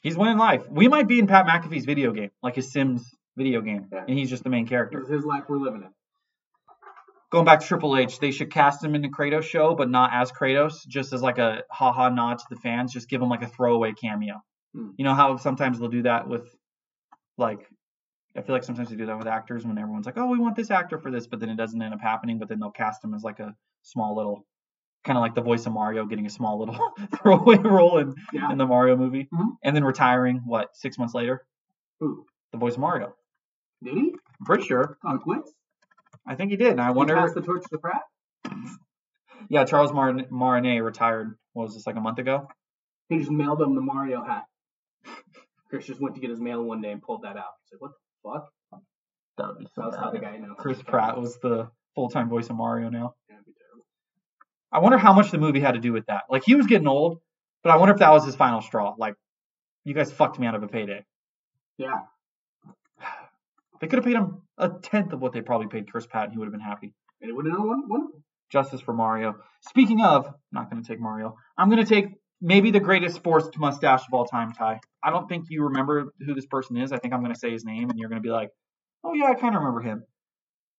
Speaker 5: He's winning life. We might be in Pat McAfee's video game, like his Sims video game,
Speaker 4: Yeah.
Speaker 5: and he's just the main character.
Speaker 4: It's his life we're living in.
Speaker 5: Going back to Triple H, they should cast him in the Kratos show, but not as Kratos, just as like a haha nod to the fans. Just give him like a throwaway cameo.
Speaker 4: Hmm.
Speaker 5: You know how sometimes they'll do that with, like, I feel like sometimes they do that with actors when everyone's like, oh, we want this actor for this, but then it doesn't end up happening, but then they'll cast him as like a small little, kind of like the voice of Mario getting a small little throwaway role in,
Speaker 4: Yeah.
Speaker 5: in the Mario movie,
Speaker 4: Mhm.
Speaker 5: and then retiring, what, six months later?
Speaker 4: Who?
Speaker 5: The voice of Mario.
Speaker 4: Did he?
Speaker 5: I'm pretty sure.
Speaker 4: Kind of quits?
Speaker 5: I think he did, and I
Speaker 4: He
Speaker 5: wonder.
Speaker 4: passed the torch to Pratt?
Speaker 5: Yeah, Charles Marin- Marinet retired. What was this like a month ago?
Speaker 4: He just mailed him the Mario hat. Chris just went to get his mail one day and pulled that out. He's like, what the fuck?
Speaker 5: That would be
Speaker 4: That was how the guy announced
Speaker 5: Chris
Speaker 4: it.
Speaker 5: Pratt was the full-time voice of Mario now.
Speaker 4: Yeah, it'd be terrible.
Speaker 5: I wonder how much the movie had to do with that. Like he was getting old, but I wonder if that was his final straw. Like, you guys fucked me out of a payday.
Speaker 4: Yeah.
Speaker 5: They could have paid him a tenth of what they probably paid Chris Pratt, and he would have been happy.
Speaker 4: And it would have done one, wonderful.
Speaker 5: Justice for Mario. Speaking of, I'm not going to take Mario. I'm going to take maybe the greatest sports mustache of all time, Ty. I don't think you remember who this person is. I think I'm going to say his name, and you're going to be like, oh, yeah, I kind of remember him.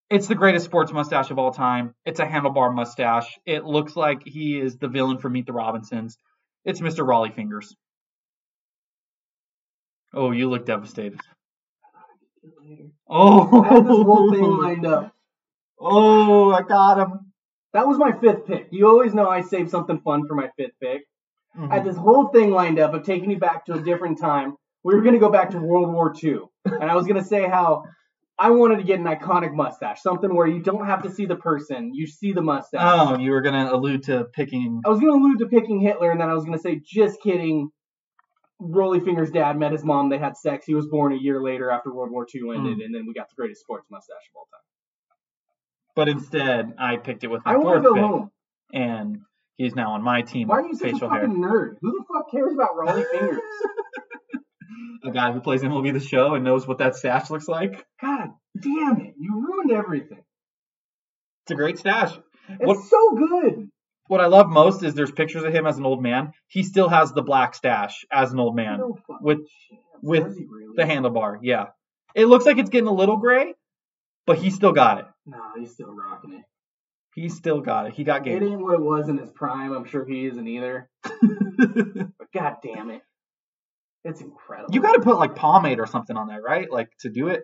Speaker 5: It's the greatest sports mustache of all time. It's a handlebar mustache. It looks like he is the villain from Meet the Robinsons. It's Mr. Raleigh Fingers. Oh, you look devastated. Oh,
Speaker 4: I had this whole thing lined up.
Speaker 5: oh, I got him.
Speaker 4: That was my fifth pick. You always know I save something fun for my fifth pick.
Speaker 5: Mm-hmm.
Speaker 4: I had this whole thing lined up of taking you back to a different time. We were going to go back to World War II. And I was going to say how I wanted to get an iconic mustache, something where you don't have to see the person, you see the mustache.
Speaker 5: Oh, you were gonna allude to picking.
Speaker 4: I was gonna allude to picking Hitler, and then I was gonna say, just kidding. Rolly Finger's dad met his mom. They had sex. He was born a year later after World War II ended, and then we got the greatest sports mustache of all time.
Speaker 5: But instead, I picked it with my
Speaker 4: I want
Speaker 5: fourth
Speaker 4: to go
Speaker 5: pick,
Speaker 4: home.
Speaker 5: and he's now on my team.
Speaker 4: Why are
Speaker 5: with
Speaker 4: you such
Speaker 5: facial
Speaker 4: a fucking
Speaker 5: hair?
Speaker 4: nerd? Who the fuck cares about Rolly Fingers?
Speaker 5: A guy who plays MLB the Show and knows what that stash looks like.
Speaker 4: God damn it! You ruined everything.
Speaker 5: It's a great stash.
Speaker 4: It's
Speaker 5: What
Speaker 4: so good.
Speaker 5: what I love most is there's pictures of him as an old man. He still has the black stash as an old man
Speaker 4: No fucking
Speaker 5: with
Speaker 4: chance.
Speaker 5: with
Speaker 4: Does he really?
Speaker 5: the handlebar. Yeah, it looks like it's getting a little gray, but he still got it.
Speaker 4: Nah, he's still rocking it.
Speaker 5: He still got it. He got
Speaker 4: It
Speaker 5: game.
Speaker 4: ain't what it was in his prime. I'm sure he isn't either. but god damn it, it's incredible.
Speaker 5: You got to put like pomade or something on there, right? Like to do it.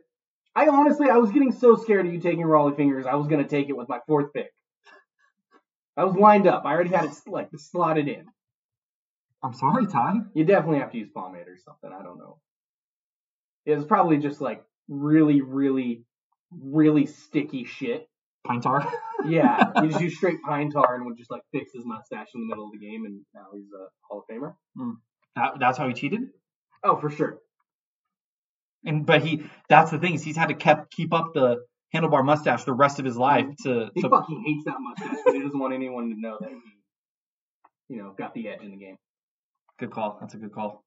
Speaker 4: I honestly, I was getting so scared of you taking Raleigh fingers. I was gonna take it with my fourth pick. I was lined up. I already had it like slotted in.
Speaker 5: I'm sorry, Ty.
Speaker 4: You definitely have to use pomade or something. I don't know. It was probably just like really, really, really sticky shit.
Speaker 5: Pine tar.
Speaker 4: Yeah, you just use straight pine tar and would just like fix his mustache in the middle of the game, and now he's a Hall of Famer.
Speaker 5: Hmm. that, that's how he cheated.
Speaker 4: Oh, for sure.
Speaker 5: And but he that's the thing is he's had to kept keep up the handlebar mustache the rest of his life to,
Speaker 4: He
Speaker 5: to
Speaker 4: fucking hates that mustache, but he doesn't want anyone to know that he, you know, got the edge in the game.
Speaker 5: good call. That's a good call.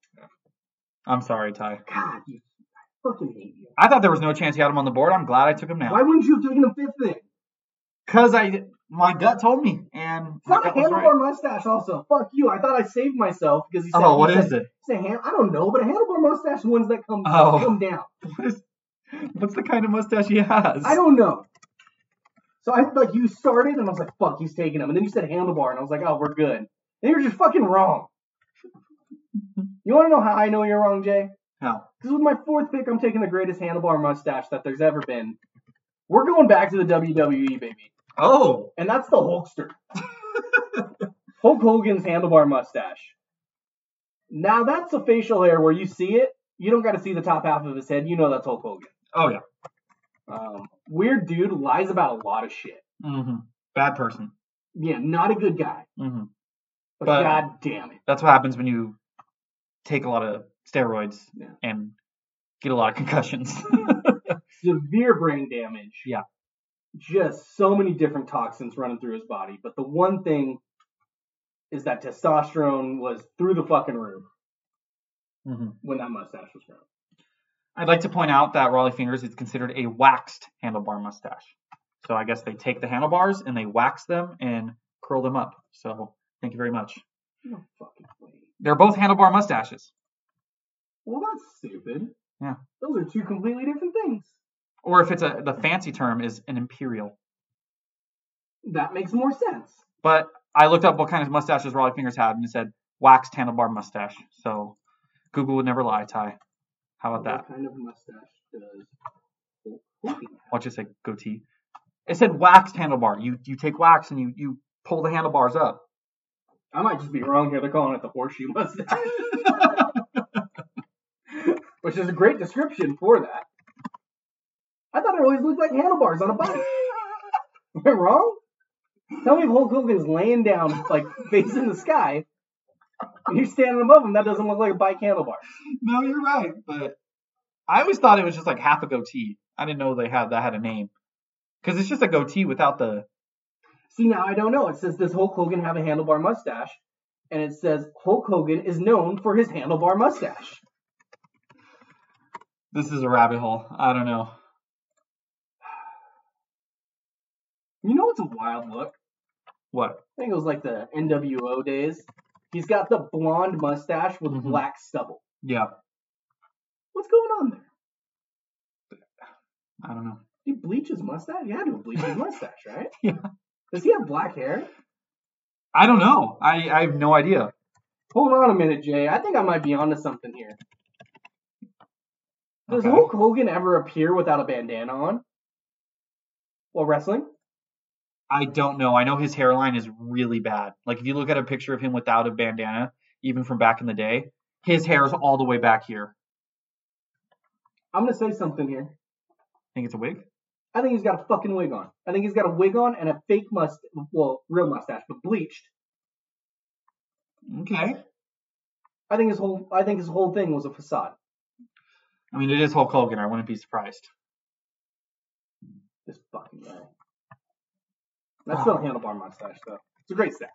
Speaker 5: I'm sorry, Ty.
Speaker 4: God, you, I fucking hate you.
Speaker 5: I thought there was no chance he had him on the board. I'm glad I took him
Speaker 4: Why
Speaker 5: now.
Speaker 4: wouldn't you have taken a fifth then?
Speaker 5: Because I my gut told me and
Speaker 4: It's
Speaker 5: my
Speaker 4: not a
Speaker 5: gut was
Speaker 4: handlebar
Speaker 5: right.
Speaker 4: mustache, also. Fuck you. I thought I saved myself because he said.
Speaker 5: Oh,
Speaker 4: he
Speaker 5: what
Speaker 4: said,
Speaker 5: is it?
Speaker 4: It's a hand, I don't know, but a handlebar mustache are ones that come
Speaker 5: Oh.
Speaker 4: come down.
Speaker 5: What is, what's the kind of mustache he has?
Speaker 4: I don't know. So I like you started, and I was like, "Fuck, he's taking him." And then you said handlebar, and I was like, "Oh, we're good." And you're just fucking wrong. You want to know how I know you're wrong, Jay?
Speaker 5: No.
Speaker 4: Because with my fourth pick, I'm taking the greatest handlebar mustache that there's ever been. We're going back to the WWE, baby.
Speaker 5: Oh.
Speaker 4: And that's the Hulkster. Hulk Hogan's handlebar mustache. Now that's a facial hair where you see it. You don't got to see the top half of his head. You know that's Hulk Hogan.
Speaker 5: Oh yeah.
Speaker 4: Um, weird dude lies about a lot of shit.
Speaker 5: hmm Bad person.
Speaker 4: Yeah, not a good guy.
Speaker 5: hmm
Speaker 4: But,
Speaker 5: But-
Speaker 4: god damn it.
Speaker 5: That's what happens when you take a lot of steroids
Speaker 4: Yeah.
Speaker 5: and get a lot of concussions. Mm-hmm.
Speaker 4: Severe brain damage.
Speaker 5: Yeah.
Speaker 4: Just so many different toxins running through his body. But the one thing is that testosterone was through the fucking roof
Speaker 5: hmm
Speaker 4: when that mustache was grown.
Speaker 5: I'd like to point out that Raleigh Fingers is considered a waxed handlebar mustache. So I guess they take the handlebars and they wax them and curl them up. So thank you very much.
Speaker 4: No fucking way.
Speaker 5: They're both handlebar mustaches.
Speaker 4: Well, that's stupid.
Speaker 5: Yeah.
Speaker 4: Those are two completely different things.
Speaker 5: Or if it's a the fancy term is an imperial.
Speaker 4: That makes more sense.
Speaker 5: But I looked up what kind of mustaches Raleigh Fingers had and it said waxed handlebar mustache. So Google would never lie, Ty. How about
Speaker 4: What
Speaker 5: that?
Speaker 4: kind of mustache does Hulk Hogan have?
Speaker 5: Watch this say goatee. It said waxed handlebar. You you take wax and you you pull the handlebars up.
Speaker 4: I might just be wrong here. They're calling it the horseshoe mustache, which is a great description for that. I thought it always looked like handlebars on a bike. Am I wrong? Tell me if Hulk Hogan's laying down, like facing the sky, and you're standing above him. That doesn't look like a bike handlebar.
Speaker 5: No, you're right. But I always thought it was just like half a goatee. I didn't know they had that had a name because it's just a goatee without the.
Speaker 4: See, now I don't know. It says, Does Hulk Hogan have a handlebar mustache? And it says, Hulk Hogan is known for his handlebar mustache.
Speaker 5: This is a rabbit hole. I don't know.
Speaker 4: You know, it's a wild look.
Speaker 5: What?
Speaker 4: I think it was like the NWO days. He's got the blonde mustache with
Speaker 5: Mhm.
Speaker 4: black stubble.
Speaker 5: Yeah,
Speaker 4: What's going on there?
Speaker 5: I don't know.
Speaker 4: He bleach his mustache? He had to bleach his mustache, right?
Speaker 5: Yeah.
Speaker 4: Does he have black hair?
Speaker 5: I don't know. I I have no idea.
Speaker 4: Hold on a minute, Jay. I think I might be onto something here. Does
Speaker 5: Okay.
Speaker 4: Hulk Hogan ever appear without a bandana on? While wrestling?
Speaker 5: I don't know. I know his hairline is really bad. Like if you look at a picture of him without a bandana, even from back in the day, his hair is all the way back here.
Speaker 4: I'm gonna say something here.
Speaker 5: think it's a wig.
Speaker 4: I think he's got a fucking wig on. I think he's got a wig on and a fake must well, real mustache, but bleached.
Speaker 5: Okay.
Speaker 4: I think his whole I think his whole thing was a facade.
Speaker 5: I mean, it is Hulk Hogan. I wouldn't be surprised.
Speaker 4: This fucking guy. That's still a handlebar mustache though. It's a great stash.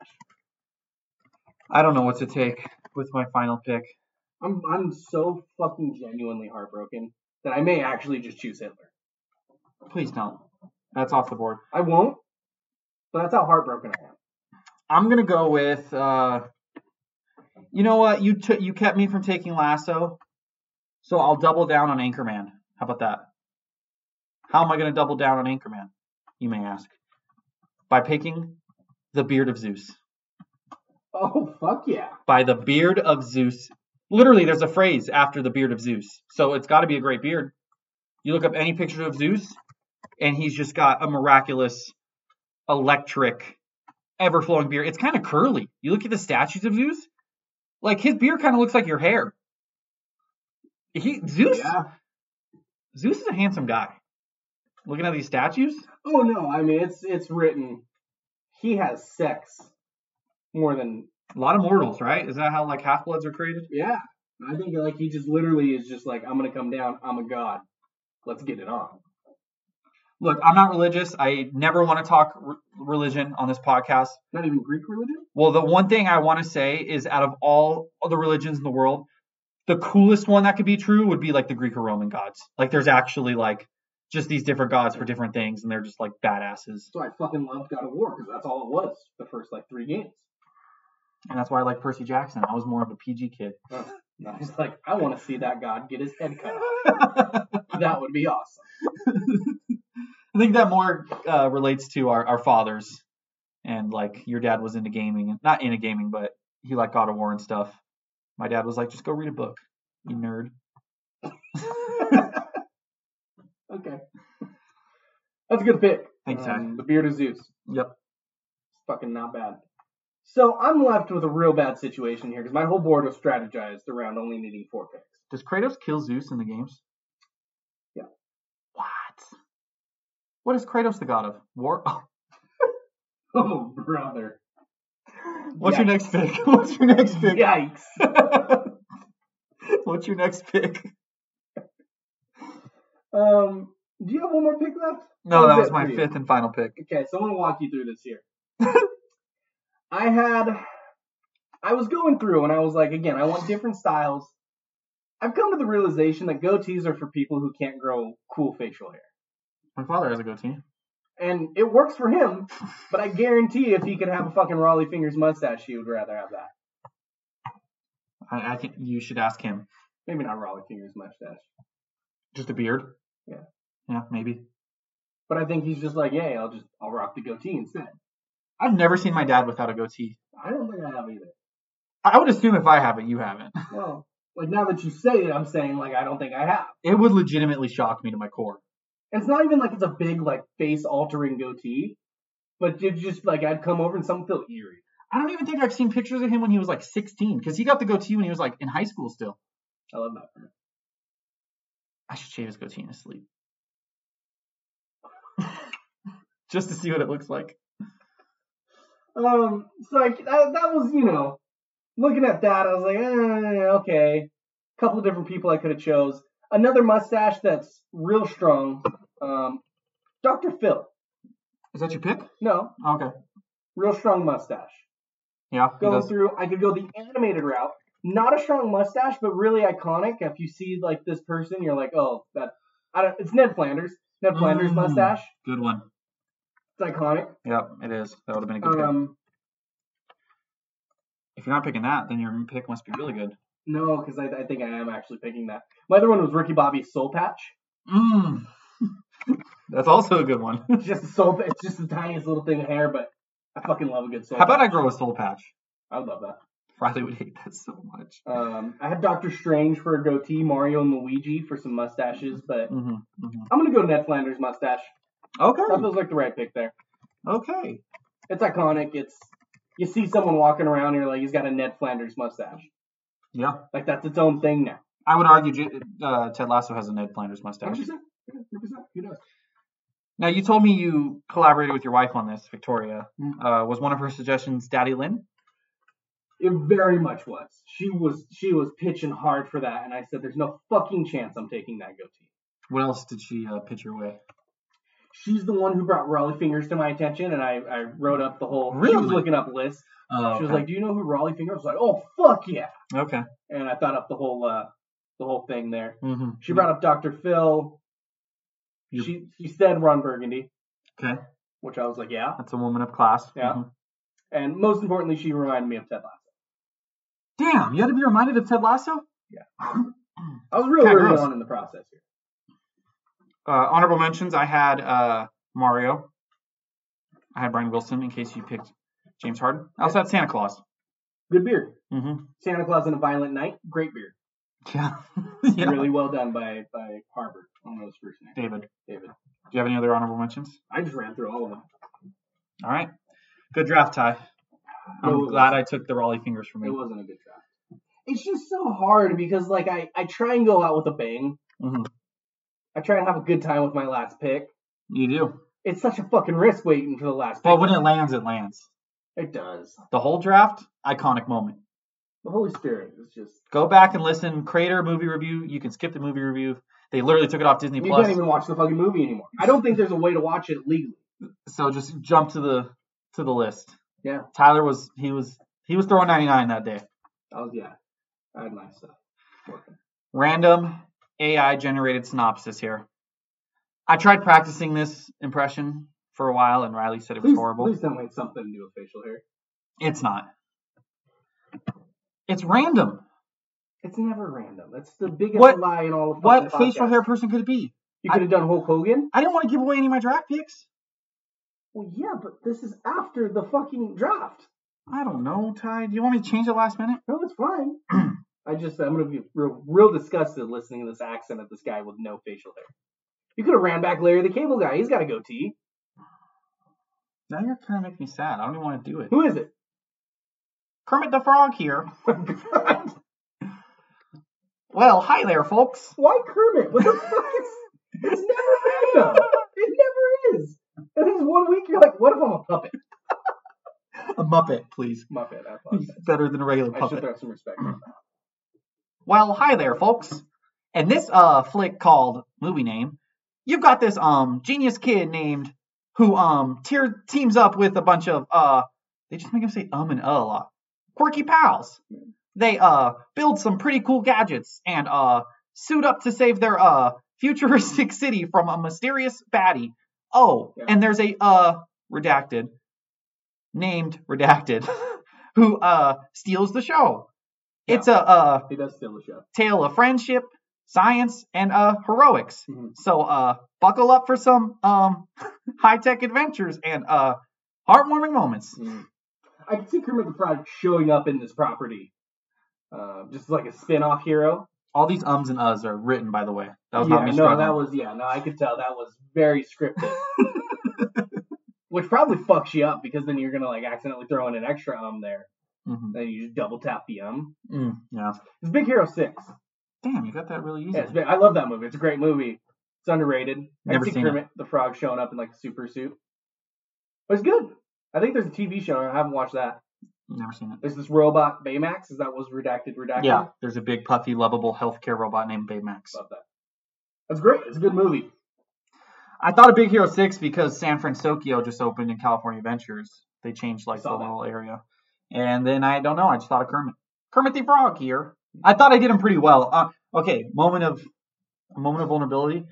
Speaker 5: I don't know what to take with my final pick.
Speaker 4: I'm I'm so fucking genuinely heartbroken that I may actually just choose Hitler.
Speaker 5: Please don't. That's off the board.
Speaker 4: I won't, but that's how heartbroken I am.
Speaker 5: I'm gonna go with. Uh, you know what? You took you kept me from taking Lasso, so I'll double down on Anchorman. How about that? How am I gonna double down on Anchorman? You may ask. By picking the Beard of Zeus.
Speaker 4: Oh fuck yeah.
Speaker 5: By the Beard of Zeus. Literally, there's a phrase after the Beard of Zeus, so it's got to be a great beard. You look up any picture of Zeus, and he's just got a miraculous, electric, ever flowing beard. It's kind of curly. You look at the statues of Zeus, like his beard kind of looks like your hair. He Zeus
Speaker 4: Yeah.
Speaker 5: Zeus is a handsome guy. Looking at these statues,
Speaker 4: Oh no, I mean it's it's written he has sex more than
Speaker 5: a lot of mortals, right? Is that how like half bloods are created?
Speaker 4: yeah. I think like he just literally is just like I'm gonna come down, I'm a god. Let's get it on.
Speaker 5: Look, I'm not religious. I never want to talk re- religion on this podcast.
Speaker 4: Not even Greek religion?
Speaker 5: Well, the one thing I want to say is out of all the religions in the world, the coolest one that could be true would be like the Greek or Roman gods. Like there's actually like just these different gods for different things and they're just like badasses.
Speaker 4: So I fucking loved God of War because that's all it was the first like three games.
Speaker 5: And that's why I like Percy Jackson. I was more of a PG kid.
Speaker 4: And I was like, I want to see that god get his head cut off. That would be awesome.
Speaker 5: I think that more uh, relates to our, our fathers and like your dad was into gaming, not into gaming, but he liked God of War and stuff. My dad was like, just go read a book, you nerd.
Speaker 4: Okay. That's a good pick. Um,
Speaker 5: Thanks, Ty.
Speaker 4: The Beard of Zeus.
Speaker 5: Yep.
Speaker 4: It's fucking not bad. So I'm left with a real bad situation here because my whole board was strategized around only needing four picks.
Speaker 5: Does Kratos kill Zeus in the games?
Speaker 4: Yeah.
Speaker 5: What? What is Kratos the god of? War?
Speaker 4: Oh, brother.
Speaker 5: What's your next pick? What's your next pick?
Speaker 4: Yikes.
Speaker 5: What's your next pick?
Speaker 4: Um, do you have one more pick left?
Speaker 5: No,
Speaker 4: Or is
Speaker 5: that was
Speaker 4: it
Speaker 5: my
Speaker 4: three?
Speaker 5: fifth and final pick.
Speaker 4: Okay, so I'm gonna walk you through this here. I had, I was going through and I was like, again, I want different styles. I've come to the realization that goatees are for people who can't grow cool facial hair,
Speaker 5: My father has a goatee.
Speaker 4: and it works for him. But I guarantee, if he could have a fucking Raleigh fingers mustache, he would rather have that.
Speaker 5: I, I think you should ask him.
Speaker 4: Maybe not Raleigh fingers mustache,
Speaker 5: Just a beard?
Speaker 4: Yeah.
Speaker 5: Yeah, maybe.
Speaker 4: but I think he's just like, yeah, I'll just I'll rock the goatee instead.
Speaker 5: I've never seen my dad without a goatee.
Speaker 4: I don't think I have either.
Speaker 5: I I would assume if I haven't, you haven't.
Speaker 4: Well, like now that you say it, I'm saying like I don't think I have.
Speaker 5: It would legitimately shock me to my core.
Speaker 4: And it's not even like it's a big like face altering goatee, but you just like I'd come over and something feel eerie.
Speaker 5: I don't even think I've seen pictures of him when he was like 16, because he got the goatee when he was like in high school still.
Speaker 4: I love that. part.
Speaker 5: I should shave his goatee in his sleep. Just to see what it looks like.
Speaker 4: Um, so like that, that was you know, looking at that I was like, eh, okay, a couple different people I could have chose. Another mustache that's real strong, um, Dr. Phil.
Speaker 5: Is that your pick? Oh,
Speaker 4: No,
Speaker 5: Okay.
Speaker 4: real strong mustache.
Speaker 5: Yeah. he
Speaker 4: Going
Speaker 5: does.
Speaker 4: through, I could go the animated route. Not a strong mustache, but really iconic. If you see like this person, you're like, oh, that. I don't. It's Ned Flanders. Ned Flanders
Speaker 5: Mm.
Speaker 4: mustache.
Speaker 5: Good one.
Speaker 4: It's iconic.
Speaker 5: Yep, it is. That would have been a good pick.
Speaker 4: Um,
Speaker 5: If you're not picking that, then your pick must be really good.
Speaker 4: no, because I, I think I am actually picking that. My other one was Ricky Bobby's soul patch.
Speaker 5: Mm. That's also a good one.
Speaker 4: It's just a soul. pa- It's just the tiniest little thing of hair, but I fucking love a good soul.
Speaker 5: How about I
Speaker 4: patch.
Speaker 5: grow a soul patch?
Speaker 4: I? would love that.
Speaker 5: Riley would hate that so much.
Speaker 4: Um, I had Doctor Strange for a goatee, Mario and Luigi for some mustaches, but
Speaker 5: hmm
Speaker 4: I'm gonna go Ned Flanders mustache. That
Speaker 5: Okay.
Speaker 4: feels like the right pick there.
Speaker 5: Okay.
Speaker 4: It's iconic. It's you see someone walking around, and you're like, he's got a Ned Flanders mustache.
Speaker 5: Yeah.
Speaker 4: Like that's its own thing now.
Speaker 5: I would argue J- uh, Ted Lasso has a Ned Flanders mustache.
Speaker 4: What'd you say? Who knows?
Speaker 5: Now, you told me you collaborated with your wife on this, Victoria.
Speaker 4: Mm-hmm.
Speaker 5: Uh, was one of her suggestions Daddy Lynn?
Speaker 4: It very much was. She was she was pitching hard for that, and I said, "There's no fucking chance I'm taking that goatee."
Speaker 5: What else did she uh, pitch your way?
Speaker 4: She's the one who brought Raleigh Fingers to my attention, and I, I wrote up the whole. She was
Speaker 5: Really?
Speaker 4: looking up list.
Speaker 5: Oh,
Speaker 4: She was
Speaker 5: okay.
Speaker 4: like, "Do you know who Raleigh Fingers?" I was like, "Oh fuck yeah!"
Speaker 5: okay.
Speaker 4: And I thought up the whole uh, the whole thing there.
Speaker 5: hmm
Speaker 4: She brought up Dr. Phil.
Speaker 5: You-
Speaker 4: She she said Ron Burgundy,
Speaker 5: Okay.
Speaker 4: which I was like, "Yeah."
Speaker 5: That's a woman of class.
Speaker 4: Yeah.
Speaker 5: Mhm.
Speaker 4: And most importantly, she reminded me of Ted Lasso.
Speaker 5: Damn, you had to be reminded of Ted Lasso? Uh,
Speaker 4: I was real
Speaker 5: Kinda
Speaker 4: early
Speaker 5: gross.
Speaker 4: on in the process here.
Speaker 5: Uh, honorable mentions I had uh, Mario. I had Brian Wilson in case you picked James Harden. I also had Santa Claus.
Speaker 4: Good beard.
Speaker 5: Mm-hmm.
Speaker 4: Santa Claus and a Violent Night. Great beard.
Speaker 5: Yeah. yeah.
Speaker 4: Really well done by by Harvard. I don't know his first name.
Speaker 5: David, do
Speaker 4: David.
Speaker 5: you have any other honorable mentions?
Speaker 4: I just ran through all of them.
Speaker 5: All right. Good draft, Ty.
Speaker 4: It
Speaker 5: I'm
Speaker 4: was-
Speaker 5: glad I took the Raleigh fingers from
Speaker 4: It
Speaker 5: you.
Speaker 4: wasn't a good draft. It's just so hard because like I I try and go out with a bang.
Speaker 5: hmm
Speaker 4: I try and have a good time with my last pick.
Speaker 5: You do.
Speaker 4: It's such a fucking risk waiting for the last pick.
Speaker 5: But when it lands, it lands.
Speaker 4: it does.
Speaker 5: The whole draft, iconic moment.
Speaker 4: The Holy Spirit is just
Speaker 5: Go back and listen. Crater movie review. You can skip the movie review. They literally took it off Disney
Speaker 4: you
Speaker 5: Plus.
Speaker 4: can't even watch the fucking movie anymore. I don't think there's a way to watch it legally.
Speaker 5: So just jump to the to the list.
Speaker 4: Yeah.
Speaker 5: Tyler was he was he was throwing 99 that day.
Speaker 4: I was yeah. I had my stuff.
Speaker 5: Random AI generated synopsis here. I tried practicing this impression for a while, and Riley said it was
Speaker 4: Please,
Speaker 5: horrible.
Speaker 4: please tell me it's something to do with facial hair.
Speaker 5: It's not. It's random.
Speaker 4: It's never random. That's the biggest
Speaker 5: What-
Speaker 4: lie in all of
Speaker 5: What
Speaker 4: fucking
Speaker 5: facial
Speaker 4: podcasts.
Speaker 5: hair person could it be?
Speaker 4: You could have done Hulk Hogan.
Speaker 5: I didn't want to give away any of my draft picks.
Speaker 4: Well, yeah, but this is after the fucking draft.
Speaker 5: I don't know, Ty. Do you want me to change it last minute?
Speaker 4: No, it's fine. I just I'm gonna be real, real disgusted listening to this accent of this guy with no facial hair. You could have ran back Larry the Cable Guy. He's got a goatee.
Speaker 5: Now you're kind of making me sad. I don't even want to do it.
Speaker 4: Who is it? Oh,
Speaker 5: Kermit the Frog here. Well, hi there, folks.
Speaker 4: Why Kermit? What the fuck is? It's never random. It never is. And then one week you're like, what if I'm a puppet?
Speaker 5: A Muppet, please.
Speaker 4: Muppet. I apologize.
Speaker 5: Better than a regular
Speaker 4: I should
Speaker 5: puppet.
Speaker 4: throw some respect. on that.
Speaker 5: Well, hi there, folks. And this uh flick called movie name, you've got this um genius kid named who um tier teams up with a bunch of uh they just make him say um and uh a lot. Quirky pals. They uh build some pretty cool gadgets and uh suit up to save their uh futuristic city from a mysterious baddie. Oh,
Speaker 4: Yeah.
Speaker 5: and there's a uh redacted named redacted who uh steals the show. It's a uh
Speaker 4: He does steal the show.
Speaker 5: tale of friendship, science, and uh, heroics.
Speaker 4: Mhm.
Speaker 5: So uh, buckle up for some um, high tech adventures and uh, heartwarming moments.
Speaker 4: Mm-hmm. I can see Kermit the Frog showing up in this property, uh, just like a spin-off hero.
Speaker 5: All these ums and uhs are written, by the way. That was
Speaker 4: yeah,
Speaker 5: not me
Speaker 4: no,
Speaker 5: struggling.
Speaker 4: that was yeah, no, I could tell that was very scripted, which probably fucks you up because then you're gonna like accidentally throw in an extra um there,
Speaker 5: Mhm.
Speaker 4: then you just double tap the um.
Speaker 5: Mm, yeah.
Speaker 4: It's Big Hero Six.
Speaker 5: Damn, you got that really easy.
Speaker 4: Yeah, it's big, I love that movie. It's a great movie. It's underrated. I can
Speaker 5: Never
Speaker 4: see
Speaker 5: seen it.
Speaker 4: Kermit the Frog showing up in like a super suit. But it's good. I think there's a TV show. I haven't watched that.
Speaker 5: Never seen it.
Speaker 4: There's this robot Baymax. Is that was redacted? Redacted.
Speaker 5: Yeah, there's a big, puffy, lovable healthcare robot named Baymax.
Speaker 4: Love that. That's great. It's a good movie.
Speaker 5: I thought of Big Hero 6 because San Francisco just opened in California Ventures. They changed like the
Speaker 4: Saw that.
Speaker 5: little area. And then I don't know. I just thought of Kermit. Kermit the Frog here. I thought I did him pretty well. Uh, okay, moment of a moment of vulnerability.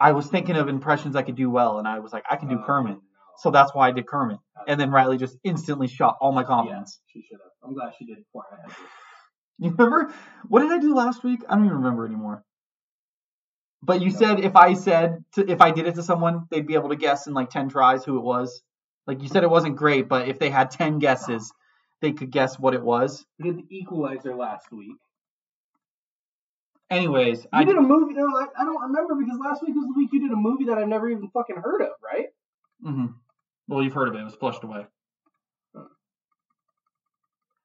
Speaker 5: I was thinking of impressions I could do well, and I was like, I can do
Speaker 4: Uh,
Speaker 5: Kermit. So that's why I did Kermit. And then Riley just instantly shot all my
Speaker 4: Yeah,
Speaker 5: compliments.
Speaker 4: she should have. I'm glad she did it before I had to.
Speaker 5: You remember? What did I do last week? I don't even remember anymore. But you said if I said to, if I did it to someone, they'd be able to guess in like ten tries who it was. Like you said, it wasn't great, but if they had ten guesses, they could guess what it was.
Speaker 4: We did the Equalizer last week. You
Speaker 5: Anyways, I
Speaker 4: did a movie. No, I, I don't remember because last week was the week you did a movie that I've never even fucking heard of, right?
Speaker 5: hmm Well, you've heard of it. It was flushed away.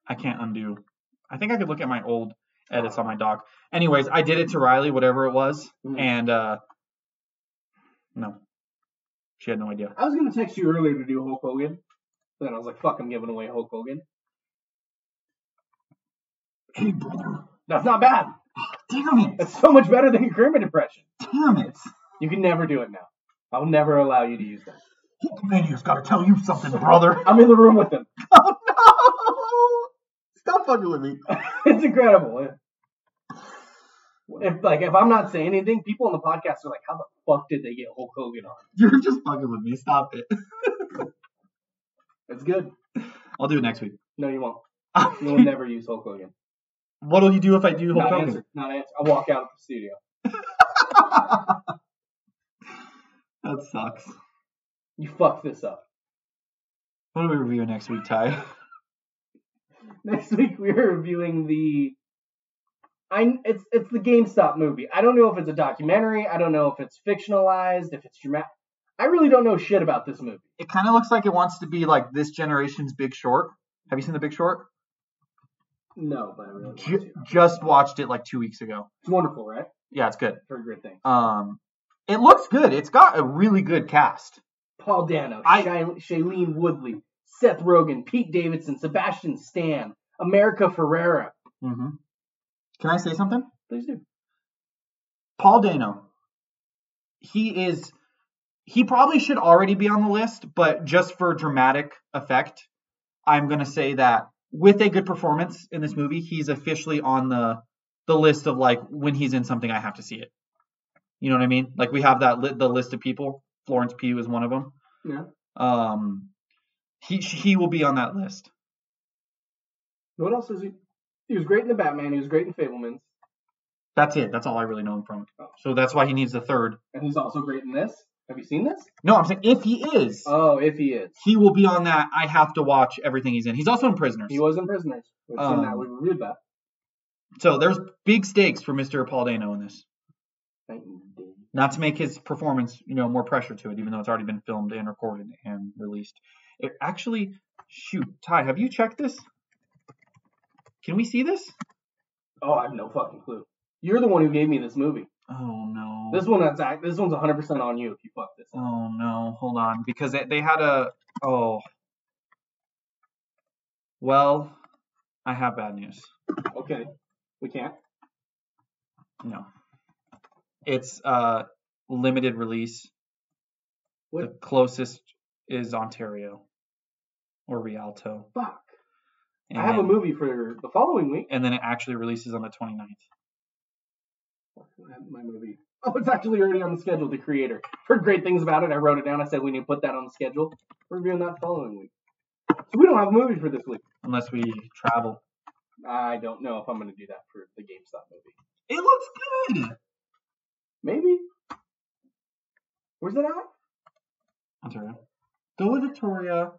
Speaker 5: I can't undo. I think I could look at my old edits on my doc. Anyways, I did it to Riley, whatever it was,
Speaker 4: Mhm.
Speaker 5: and uh, No. She had no idea.
Speaker 4: I was gonna text you earlier to do Hulk Hogan, but then I was like, "Fuck, I'm giving away Hulk Hogan."
Speaker 5: Hey, brother.
Speaker 4: That's not bad.
Speaker 5: Damn it.
Speaker 4: That's so much better than your Kermit impression.
Speaker 5: Damn it.
Speaker 4: You can never do it now. I'll never allow you to use that.
Speaker 5: Hulkamania's got to tell you something, brother.
Speaker 4: I'm in the room with them.
Speaker 5: Oh, no. Stop fucking with me.
Speaker 4: it's incredible. If like if I'm not saying anything, people on the podcast are like, "How the fuck did they get Hulk Hogan on?"
Speaker 5: You're just fucking with me. Stop it.
Speaker 4: It's good.
Speaker 5: I'll do it next week.
Speaker 4: No, you won't. You'll never use Hulk Hogan.
Speaker 5: What'll you do if I do Hulk
Speaker 4: Not
Speaker 5: Hogan?
Speaker 4: answer. Not answer. I walk out of the studio.
Speaker 5: That sucks.
Speaker 4: You fucked this up.
Speaker 5: What do we review next week, Ty?
Speaker 4: Next week we're reviewing the. I it's it's the GameStop movie. I don't know if it's a documentary. I don't know if it's fictionalized. If it's dramatic. I really don't know shit about this movie.
Speaker 5: It kind of looks like it wants to be like this generation's Big Short. Have you seen the Big Short?
Speaker 4: No, but I really want
Speaker 5: Ju-
Speaker 4: to.
Speaker 5: just watched it like two weeks ago.
Speaker 4: It's wonderful, right?
Speaker 5: Yeah, it's good.
Speaker 4: Heard great things.
Speaker 5: Um, it looks good. It's got a really good cast.
Speaker 4: Paul Dano,
Speaker 5: I-
Speaker 4: Shai- Shailene Woodley, Seth Rogen, Pete Davidson, Sebastian Stan, America Ferrera.
Speaker 5: Mm-hmm. Can I say something?
Speaker 4: Please do.
Speaker 5: Paul Dano. He is. He probably should already be on the list, but just for dramatic effect, I'm gonna say that with a good performance in this movie, he's officially on the the list of like when he's in something, I have to see it. You know what I mean? Like we have that li- the list of people. Florence Pugh is one of them.
Speaker 4: Yeah.
Speaker 5: Um, he he will be on that list.
Speaker 4: What else is he? He was great in the Batman. He was great in Fablemans,
Speaker 5: That's it. That's all I really know him from. So that's why he needs a third.
Speaker 4: and he's also great in this. Have you seen this?
Speaker 5: No, I'm saying if he is,
Speaker 4: Oh, if he is,
Speaker 5: he will be on that. I have to watch everything he's in. He's also in Prisoners.
Speaker 4: he was in Prisoners. We've seen
Speaker 5: Um,
Speaker 4: that. We reviewed that.
Speaker 5: So there's big stakes for Mr. Paul Dano in this.
Speaker 4: Thank you, Dave.
Speaker 5: Not to make his performance, you know, more pressure to it, even though it's already been filmed and recorded and released. It actually, shoot, Ty, have you checked this? Can we see this?
Speaker 4: Oh, I have no fucking clue. You're the one who gave me this movie.
Speaker 5: Oh no.
Speaker 4: This one, that's act- this one's 100 percent on you if you fuck this. up.
Speaker 5: Oh no, hold on, because they, they had a. Oh. Well, I have bad news.
Speaker 4: Okay, we can't.
Speaker 5: No. It's uh limited release. The
Speaker 4: What?
Speaker 5: closest is Ontario or Rialto.
Speaker 4: Fuck.
Speaker 5: And
Speaker 4: I have a
Speaker 5: then,
Speaker 4: movie for the following week.
Speaker 5: And then it actually releases on the 29th.
Speaker 4: my movie. Oh, it's actually already on the schedule. The creator heard great things about it. I wrote it down. I said we need to put that on the schedule. We're reviewing that following week. So we don't have a movie for this week.
Speaker 5: Unless we travel.
Speaker 4: I don't know if I'm going to do that for the GameStop movie.
Speaker 5: It looks good.
Speaker 4: Maybe. Where's that at?
Speaker 5: Ontario. Go with Victoria.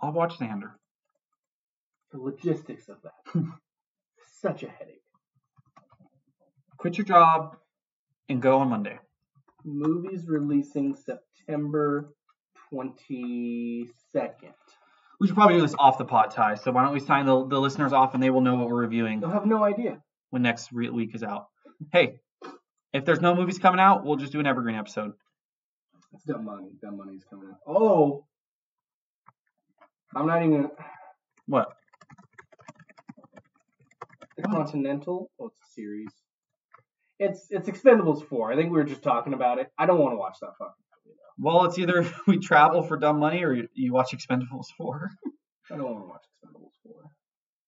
Speaker 5: I'll watch Xander.
Speaker 4: The logistics of that. Such a headache.
Speaker 5: Quit your job and go on Monday.
Speaker 4: Movies releasing September 22nd.
Speaker 5: We should probably do this off the pot tie. So why don't we sign the, the listeners off and they will know what we're reviewing
Speaker 4: They'll have no idea.
Speaker 5: when next re- week is out. Hey, if there's no movies coming out, we'll just do an evergreen episode.
Speaker 4: It's dumb money. Dumb money's coming out. Oh! I'm not even.
Speaker 5: What?
Speaker 4: The Continental. Oh, it's a series. It's it's Expendables four. I think we were just talking about it. I don't want to watch that fucking.
Speaker 5: Well, it's either we travel for dumb money or you, you watch Expendables 4.
Speaker 4: I don't want to watch Expendables four.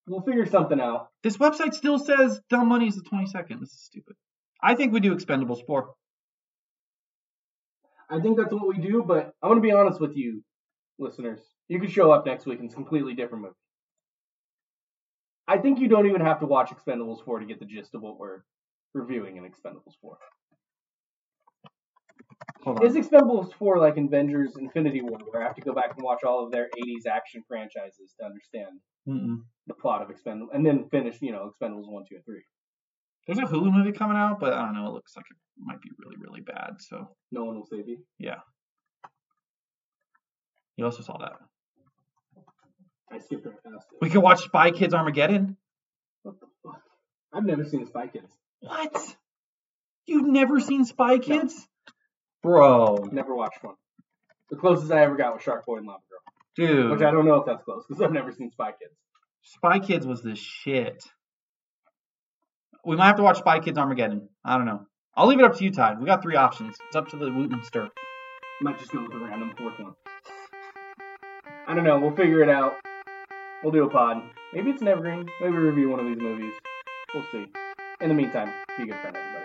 Speaker 4: We'll figure something out.
Speaker 5: This website still says dumb money is the 22nd. This is stupid. I think we do Expendables 4.
Speaker 4: I think that's what we do. But I'm gonna be honest with you, listeners. You could show up next week and it's a completely different movie. I think you don't even have to watch Expendables four to get the gist of what we're reviewing in Expendables four.
Speaker 5: Hold
Speaker 4: Is
Speaker 5: on.
Speaker 4: Expendables 4 like Avengers Infinity War, where I have to go back and watch all of their 80s action franchises to understand
Speaker 5: Mm-mm.
Speaker 4: the plot of Expendables, and then finish, you know, Expendables 1, 2, and 3.
Speaker 5: There's a Hulu movie coming out, but I don't know. It looks like it might be really, really bad. So,
Speaker 4: No one will save you.
Speaker 5: yeah. You also saw that.
Speaker 4: I skipped right past it.
Speaker 5: We could watch Spy Kids Armageddon.
Speaker 4: What the fuck? I've never seen Spy Kids.
Speaker 5: What? You've never seen Spy Kids? Bro,
Speaker 4: Never watched one. The closest I ever got was Shark Boy and Lava Girl,
Speaker 5: dude.
Speaker 4: which I don't know if that's close because I've never seen Spy Kids.
Speaker 5: Spy Kids was the shit. We might have to watch Spy Kids Armageddon. I don't know. I'll leave it up to you, Ty. We got three options. It's up to the Woot and Stir.
Speaker 4: Might just go with a random fourth one. I don't know. We'll figure it out. We'll do a pod. Maybe it's an evergreen. Maybe we review one of these movies. We'll see. In the meantime, be a good friend, everybody.